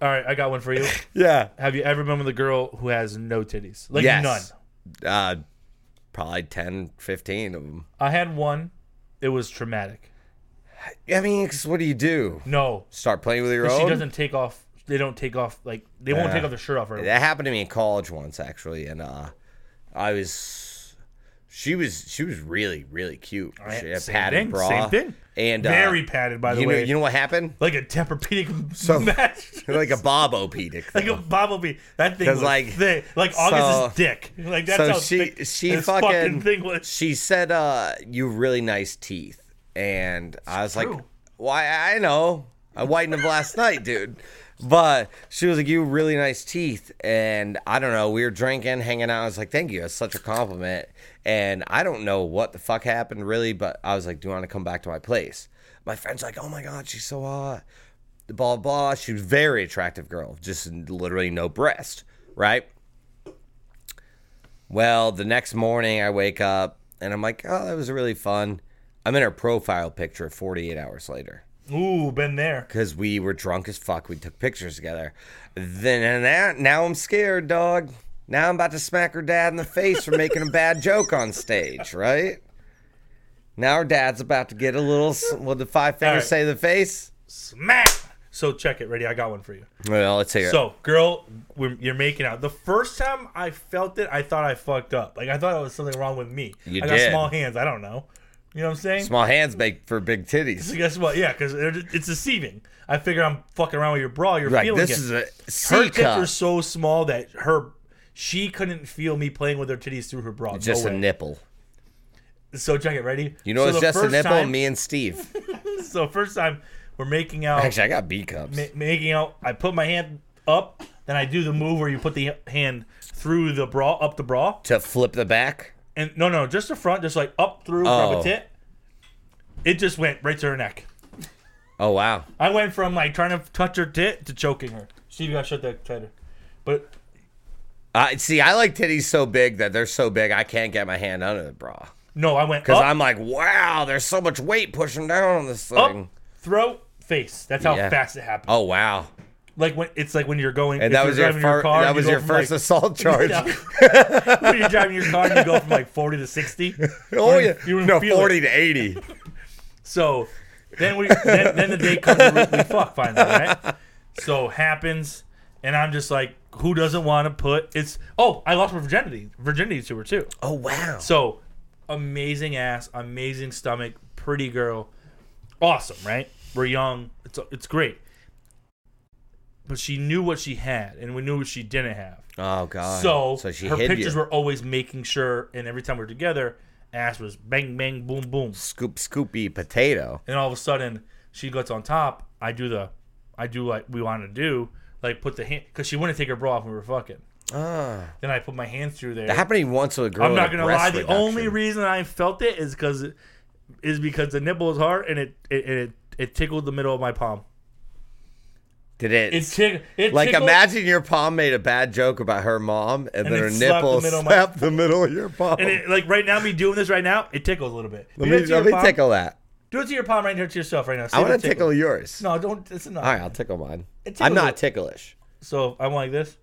[SPEAKER 3] All right, I got one for you.
[SPEAKER 2] Yeah,
[SPEAKER 3] have you ever been with a girl who has no titties? Like
[SPEAKER 2] Yes.
[SPEAKER 3] none.
[SPEAKER 2] uh, probably 10, 15 of them.
[SPEAKER 3] I had one. It was traumatic.
[SPEAKER 2] I mean, 'cause what do you do?
[SPEAKER 3] No,
[SPEAKER 2] Start playing with your
[SPEAKER 3] she
[SPEAKER 2] own.
[SPEAKER 3] doesn't take off. They don't take off. Like they won't
[SPEAKER 2] Yeah.
[SPEAKER 3] take off their shirt off. Right away.
[SPEAKER 2] That happened to me in college once actually, and uh, I was she was she was really really cute.
[SPEAKER 3] Right,
[SPEAKER 2] She had a
[SPEAKER 3] same
[SPEAKER 2] padded
[SPEAKER 3] thing,
[SPEAKER 2] bra.
[SPEAKER 3] same thing.
[SPEAKER 2] And uh,
[SPEAKER 3] Very padded, by the
[SPEAKER 2] you know,
[SPEAKER 3] way.
[SPEAKER 2] you know what happened?
[SPEAKER 3] like a Tempur-Pedic
[SPEAKER 2] So-
[SPEAKER 3] match.
[SPEAKER 2] like a Bob Opedic.
[SPEAKER 3] Like a bobblebee. That thing
[SPEAKER 2] 'Cause,
[SPEAKER 3] was
[SPEAKER 2] like,
[SPEAKER 3] like thick. Like August's dick. Like that's
[SPEAKER 2] so
[SPEAKER 3] how
[SPEAKER 2] she
[SPEAKER 3] thick
[SPEAKER 2] she
[SPEAKER 3] this
[SPEAKER 2] fucking,
[SPEAKER 3] thing was.
[SPEAKER 2] she said uh you have really nice teeth and i was like
[SPEAKER 3] true.
[SPEAKER 2] why i know i whitened them last night dude but she was like you have really nice teeth and i don't know we were drinking hanging out i was like thank you that's such a compliment and i don't know what the fuck happened really but i was like do you want to come back to my place my friend's like oh my god she's so hot blah blah she was a very attractive girl just literally no breast right well, the next morning I wake up and I'm like, oh, that was really fun. I'm in her profile picture 48 hours later
[SPEAKER 3] Ooh, been there.
[SPEAKER 2] because we were drunk as fuck. We took pictures together. Then and that, now I'm scared, dog. Now I'm about to smack her dad in the face for making a bad joke on stage, right? Now her dad's about to get a little. s- What did five fingers
[SPEAKER 3] right.
[SPEAKER 2] say to the face?
[SPEAKER 3] Smack. So check it. Ready? I got one for you.
[SPEAKER 2] Well, let's hear it.
[SPEAKER 3] So, girl, we're, you're making out. The first time I felt it, I thought I fucked up. Like I thought it was something wrong with me.
[SPEAKER 2] You
[SPEAKER 3] I
[SPEAKER 2] did.
[SPEAKER 3] got small hands. I don't know. You know what I'm saying?
[SPEAKER 2] Small hands make for big titties.
[SPEAKER 3] So guess what? Yeah, because it's deceiving. I figure I'm fucking around with your bra. You're
[SPEAKER 2] Right,
[SPEAKER 3] feeling
[SPEAKER 2] this
[SPEAKER 3] it.
[SPEAKER 2] is a C
[SPEAKER 3] her tits
[SPEAKER 2] cup.
[SPEAKER 3] were so small that her she couldn't feel me playing with her titties through her bra. No
[SPEAKER 2] just a
[SPEAKER 3] way.
[SPEAKER 2] nipple.
[SPEAKER 3] So check it. Ready?
[SPEAKER 2] You know,
[SPEAKER 3] so
[SPEAKER 2] it's
[SPEAKER 3] the
[SPEAKER 2] just a
[SPEAKER 3] first
[SPEAKER 2] nipple.
[SPEAKER 3] Time,
[SPEAKER 2] Me and Steve.
[SPEAKER 3] So first time we're making out.
[SPEAKER 2] Actually, I got B cups.
[SPEAKER 3] ma- making out. I put my hand up, then I do the move where you put the hand through the bra, up the bra,
[SPEAKER 2] to flip the back.
[SPEAKER 3] and no, no, just the front, just like up through, grab
[SPEAKER 2] Oh.
[SPEAKER 3] a tit. It just went right to her neck.
[SPEAKER 2] Oh wow!
[SPEAKER 3] I went from like trying to touch her tit to choking her. Steve got shut that tighter, but
[SPEAKER 2] I see. I like titties so big that they're so big I can't get my hand under the bra
[SPEAKER 3] no, I went
[SPEAKER 2] because
[SPEAKER 3] up,
[SPEAKER 2] I'm like, wow, there's so much weight pushing down on this thing.
[SPEAKER 3] up, throat, face. That's how
[SPEAKER 2] Yeah.
[SPEAKER 3] fast it happened.
[SPEAKER 2] Oh wow!
[SPEAKER 3] Like when it's like when you're going,
[SPEAKER 2] And
[SPEAKER 3] if
[SPEAKER 2] that
[SPEAKER 3] you're
[SPEAKER 2] was your,
[SPEAKER 3] driving
[SPEAKER 2] fir-
[SPEAKER 3] car,
[SPEAKER 2] that
[SPEAKER 3] you
[SPEAKER 2] was
[SPEAKER 3] go
[SPEAKER 2] your
[SPEAKER 3] from,
[SPEAKER 2] first
[SPEAKER 3] like-
[SPEAKER 2] assault charge.
[SPEAKER 3] when you're driving your car and you go from like 40 to 60.
[SPEAKER 2] oh
[SPEAKER 3] you-
[SPEAKER 2] yeah,
[SPEAKER 3] you wouldn't
[SPEAKER 2] no,
[SPEAKER 3] feel it.
[SPEAKER 2] forty to eighty.
[SPEAKER 3] So then we then, then the day comes where we, we fuck finally, right? So happens, and I'm just like, who doesn't want to put it's? Oh, I lost my virginity virginity to her too.
[SPEAKER 2] Oh wow!
[SPEAKER 3] So amazing ass, amazing stomach, pretty girl, awesome, right? We're young, it's it's great. But she knew what she had, and we knew what she didn't have.
[SPEAKER 2] oh god!
[SPEAKER 3] So,
[SPEAKER 2] so she
[SPEAKER 3] her
[SPEAKER 2] hid
[SPEAKER 3] pictures
[SPEAKER 2] you.
[SPEAKER 3] were always making sure, and every time we were together, ass was bang bang boom boom
[SPEAKER 2] scoop scoopy potato.
[SPEAKER 3] and all of a sudden she gets on top. I do the, I do like we want to do, like put the hand because she wouldn't take her bra off when we were fucking.
[SPEAKER 2] Ah,
[SPEAKER 3] Then I put my hands through there.
[SPEAKER 2] that happened to me once with a girl.
[SPEAKER 3] I'm
[SPEAKER 2] with
[SPEAKER 3] not
[SPEAKER 2] a
[SPEAKER 3] gonna
[SPEAKER 2] breast
[SPEAKER 3] lie. The
[SPEAKER 2] reduction.
[SPEAKER 3] only reason I felt it is because, is because the nipple is hard and it it, it it tickled the middle of my palm.
[SPEAKER 2] did it.
[SPEAKER 3] It tickled. It
[SPEAKER 2] like
[SPEAKER 3] tickled,
[SPEAKER 2] imagine your palm made a bad joke about her mom, and, then
[SPEAKER 3] And it
[SPEAKER 2] her
[SPEAKER 3] slapped the
[SPEAKER 2] nipple
[SPEAKER 3] middle of my-
[SPEAKER 2] slapped the middle of your palm.
[SPEAKER 3] And it, like right now, me doing this right now, it tickles a little bit.
[SPEAKER 2] Let
[SPEAKER 3] do
[SPEAKER 2] me,
[SPEAKER 3] that to your
[SPEAKER 2] let me
[SPEAKER 3] palm.
[SPEAKER 2] tickle that.
[SPEAKER 3] Do it to your palm right here to yourself right now. See
[SPEAKER 2] I
[SPEAKER 3] if
[SPEAKER 2] want
[SPEAKER 3] it
[SPEAKER 2] to
[SPEAKER 3] tickles.
[SPEAKER 2] tickle yours.
[SPEAKER 3] No, don't. It's not.
[SPEAKER 2] All right, I'll tickle mine.
[SPEAKER 3] It
[SPEAKER 2] I'm
[SPEAKER 3] tickles
[SPEAKER 2] not
[SPEAKER 3] it.
[SPEAKER 2] ticklish.
[SPEAKER 3] So I'm like this.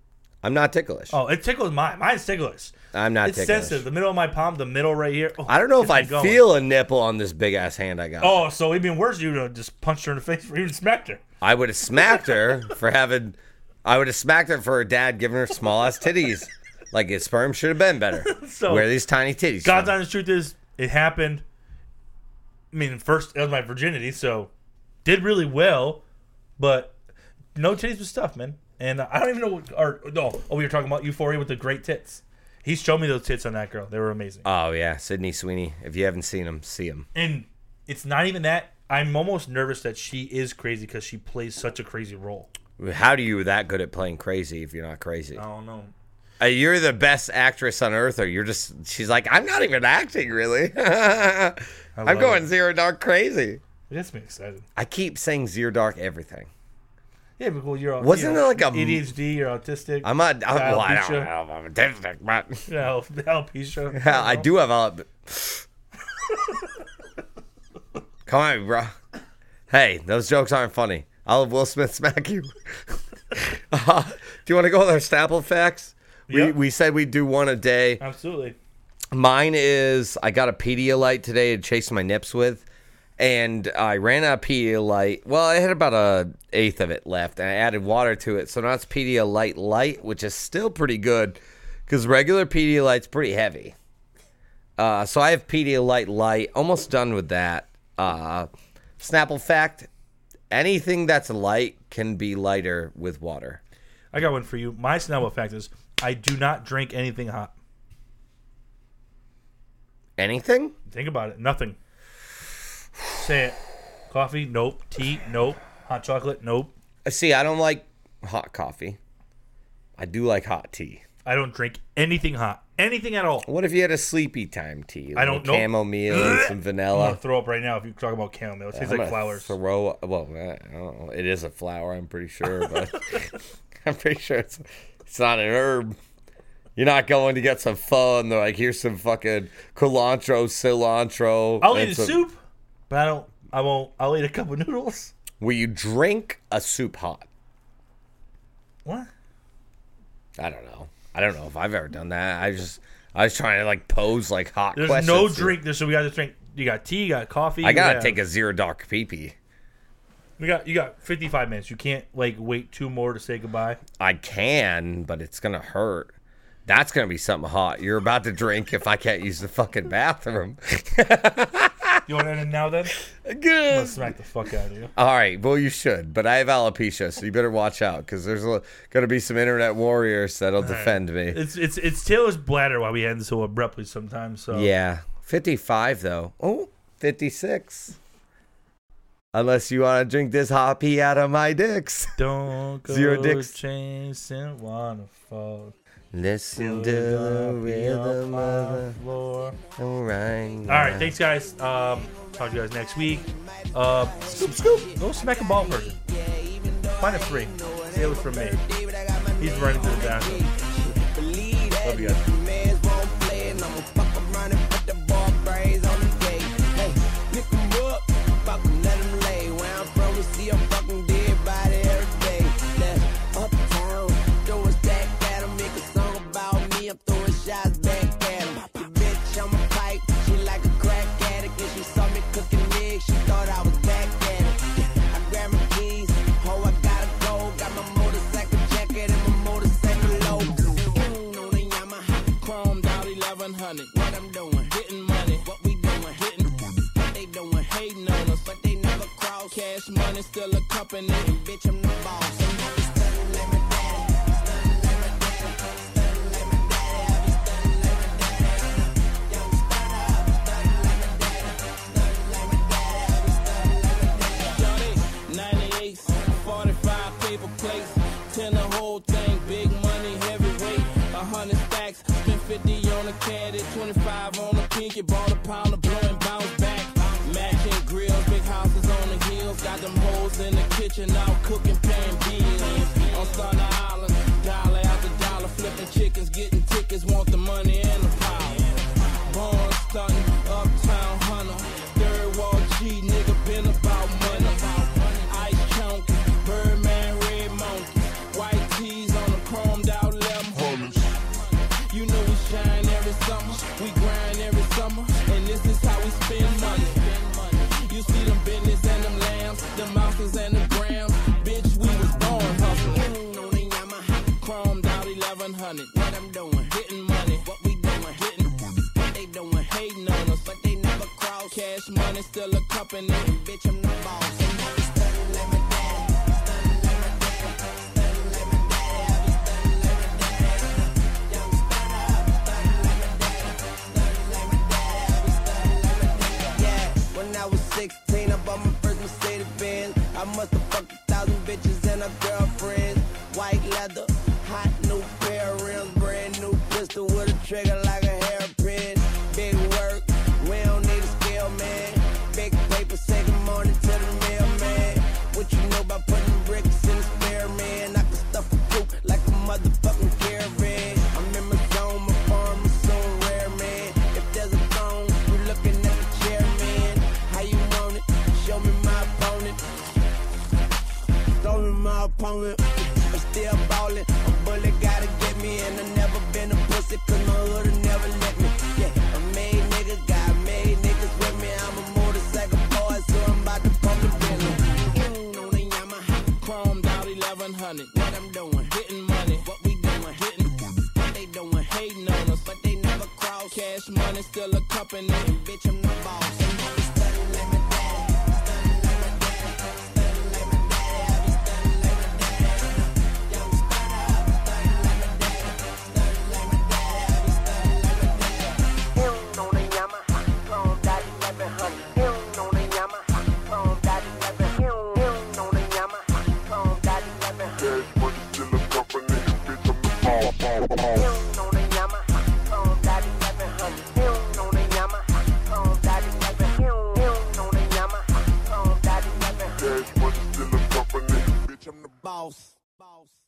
[SPEAKER 2] I'm not ticklish.
[SPEAKER 3] Oh, it tickles mine. Mine's ticklish.
[SPEAKER 2] I'm not
[SPEAKER 3] It's
[SPEAKER 2] ticklish.
[SPEAKER 3] sensitive. The middle of my palm, the middle right here. Oh,
[SPEAKER 2] I don't know if
[SPEAKER 3] it's been
[SPEAKER 2] I'd
[SPEAKER 3] going.
[SPEAKER 2] feel a nipple on this big ass hand I got.
[SPEAKER 3] Oh, so it'd been worse. if You would have just punched her in the face or even smacked her.
[SPEAKER 2] I would have smacked her for having. I would have smacked her for her dad giving her small ass titties. Like his sperm should have been better.
[SPEAKER 3] So-
[SPEAKER 2] Where are these tiny titties?
[SPEAKER 3] God's
[SPEAKER 2] from?
[SPEAKER 3] honest truth is, it happened. I mean, first that was my virginity, so did really well, but no titties was stuff, man. And I don't even know what. Or no, oh, we were talking about Euphoria with the great tits. He showed me those tits on that girl. They were amazing.
[SPEAKER 2] Oh yeah, Sydney Sweeney. If you haven't seen him, see him.
[SPEAKER 3] and it's not even that. I'm almost nervous that she is crazy because she plays such a crazy role.
[SPEAKER 2] How do you that good at playing crazy if you're not crazy?
[SPEAKER 3] I don't know.
[SPEAKER 2] Uh, you're the best actress on earth, or you're just. She's like, I'm not even acting really. I'm
[SPEAKER 3] love
[SPEAKER 2] going
[SPEAKER 3] it.
[SPEAKER 2] zero dark crazy.
[SPEAKER 3] It gets me excited.
[SPEAKER 2] I keep saying zero dark everything.
[SPEAKER 3] Yeah, but well, you're
[SPEAKER 2] Wasn't
[SPEAKER 3] you
[SPEAKER 2] there
[SPEAKER 3] know,
[SPEAKER 2] like a-
[SPEAKER 3] ADHD? You're autistic.
[SPEAKER 2] I'm not. I'm, well, I don't
[SPEAKER 3] Alopecia.
[SPEAKER 2] know. I'm autistic, but
[SPEAKER 3] you know, alopecia.
[SPEAKER 2] Yeah, I do have al. Come on, bro. Hey, those jokes aren't funny. I'll have Will Smith smack you. Uh, do you want to go with our Snapple facts? We,
[SPEAKER 3] Yep.
[SPEAKER 2] we said we'd do one a day.
[SPEAKER 3] Absolutely.
[SPEAKER 2] Mine is I got a Pedialyte today to chase my nips with, and I ran out of Pedialyte. Well, I had about a eighth of it left, and I added water to it, so now it's Pedialyte Light, which is still pretty good because regular Pedialyte's pretty heavy. Uh, so I have Pedialyte Light, almost done with that. Uh, Snapple fact: anything that's light can be lighter with water.
[SPEAKER 3] I got one for you. My Snowball fact is I do not drink anything hot.
[SPEAKER 2] Anything?
[SPEAKER 3] Think about it. Nothing. Say it. Coffee? Nope. Tea? Nope. Hot chocolate? Nope.
[SPEAKER 2] Uh, See, I don't like hot coffee. I do like hot tea.
[SPEAKER 3] I don't drink anything hot. Anything at all.
[SPEAKER 2] What if you had a sleepy time tea?
[SPEAKER 3] I don't know.
[SPEAKER 2] Chamomile and some
[SPEAKER 3] I'm gonna
[SPEAKER 2] vanilla.
[SPEAKER 3] throw up right now if you talk about chamomile. It tastes
[SPEAKER 2] I'm gonna
[SPEAKER 3] like flowers.
[SPEAKER 2] Throw well, I don't know. It is a flower. I'm pretty sure, but I'm pretty sure it's it's not an herb. You're not going to get some pho and they're like, here's some fucking cilantro, cilantro.
[SPEAKER 3] I'll
[SPEAKER 2] and
[SPEAKER 3] eat a
[SPEAKER 2] some-
[SPEAKER 3] soup, but I don't. I won't. I'll eat a cup of noodles.
[SPEAKER 2] Will you drink a soup hot?
[SPEAKER 3] What?
[SPEAKER 2] I don't know. I don't know if I've ever done that. I just I was trying to like pose like hot.
[SPEAKER 3] There's
[SPEAKER 2] questions
[SPEAKER 3] no
[SPEAKER 2] here.
[SPEAKER 3] drink. There's so we got to drink. You got tea. You got coffee.
[SPEAKER 2] I
[SPEAKER 3] you
[SPEAKER 2] gotta
[SPEAKER 3] have-
[SPEAKER 2] take a zero dark pee pee.
[SPEAKER 3] We got. You got 55 minutes. You can't like wait two more to say goodbye.
[SPEAKER 2] I can, but it's gonna hurt. That's gonna be something hot. You're about to drink if I can't use the fucking bathroom.
[SPEAKER 3] You want to end it now then? I'll
[SPEAKER 2] Good.
[SPEAKER 3] smack the fuck out of you.
[SPEAKER 2] All right. Well, you should, but I have alopecia, so you better watch out because there's a, gonna be some internet warriors that'll defend me.
[SPEAKER 3] It's it's it's Taylor's bladder why we end so abruptly sometimes. So
[SPEAKER 2] Yeah, 55 though. Oh, 56. Unless you want to drink this hoppy out of my dicks.
[SPEAKER 3] Don't go
[SPEAKER 2] Zero dicks.
[SPEAKER 3] chasing waterfall.
[SPEAKER 2] Listen to the rhythm of
[SPEAKER 3] floor.
[SPEAKER 2] the All right.
[SPEAKER 3] All right, thanks guys. Um, talk to you guys next week. Uh, scoop, scoop, go smack a ball person. Find a free. It was from me. He's running to the bathroom. Love you guys.
[SPEAKER 1] Mans won't play, and I'ma fuck around and put the ball brains on the day. Hey, pick 'em up, fuck 'em, let 'em lay. Where I'm from, we see a fucking dead body every day. That's uptown, throwing stack at 'em, make a song about me, I'm throwing shots back at 'em. Your bitch, I'm a pipe, she like a crack addict, and she saw me cooking eggs, she thought I was back at it. I grabbed my keys, oh, I gotta go, got my motorcycle jacket and my motorcycle low on a Yamaha, chromed out 1100. What I'm doing, getting money. What we doing, hitting what they doing, hating on us, but they never cross. Cash money still a company, and bitch, I'm the boss. And I be stunning like my daddy, stunning like my daddy, stunning like my daddy. I be stunning like my daddy. Young stunner, I be stunning like my daddy, stunning like my daddy. I be stunning like my daddy. Johnny, 98, 45 paper plates, 10 a whole thing, big money, heavyweight. A hundred stacks, spent 50 on a caddy, 25 on a pinky, bought a pound of blow and bounce back. Matching grills, big houses on the hills, got them hoes in the kitchen, out cooking, paying bills. On Sunday Island, dollar after dollar, flipping chickens, getting tickets, want the money and the power. Born stunting, uptown hunter, third wall G, nigga been about money. Ice chunky, Birdman, red monkey, white tees on the chromed out lemon. You know we shine every summer, we grind every summer, and this is how we spend money. You see them business and them lambs, them ounces and them grams. Bitch, we was born hustling. On a Yamaha, chromed out 1100. What I'm doing, hitting money. What we doing, hitting what they doing, hating on us, but they never cross. Cash money still a company, and bitch, I'm the boss. And I be stunning like my daddy, stunning like my daddy, stunning like my daddy. I be stunning like my daddy. Young stunner, I be stunning like my daddy, stunning like my daddy. I be stunning like my daddy. Yeah, when I was 16, I bought my first Mercedes Benz. I must have fucked a thousand bitches and a girlfriend. White leather, hot new pair of rims, brand new pistol with a trigger like a hairpin. Big work, we don't need a scale, man. Big paper, say good morning to the mailman. What you know about putting bricks in the spare opponent. I'm still ballin'. A bullet gotta get me, and I never been a pussy, cause my hood never let me. Yeah, a made nigga got made niggas with me. I'm a motorcycle boy, so I'm about to pump the Bentley. Mm, on a Yamaha, chromed out 1100. What I'm doing, hitting money. What we doing, hitting What they doing, hating on us, but they never cross. Cash money, still a company. Bitch, I'm the boss. Stuntin' like my daddy, stuntin' like my daddy, stuntin' like my daddy. I be stuntin' like my daddy. Yo, stunner, I be stuntin' like my daddy, stuntin' like my daddy. I be stuntin' like my daddy. Mm, on a Yamaha, chromed out 1100. Mm, on a Yamaha, chromed out 1100. Mm, on a Yamaha, chromed out 1100.
[SPEAKER 4] cash money till I'm dropping it. Bitch, I'm the ball, ball, ball. Cash money till I'm dropping it. Bitch, I'm the
[SPEAKER 1] Boss. Boss.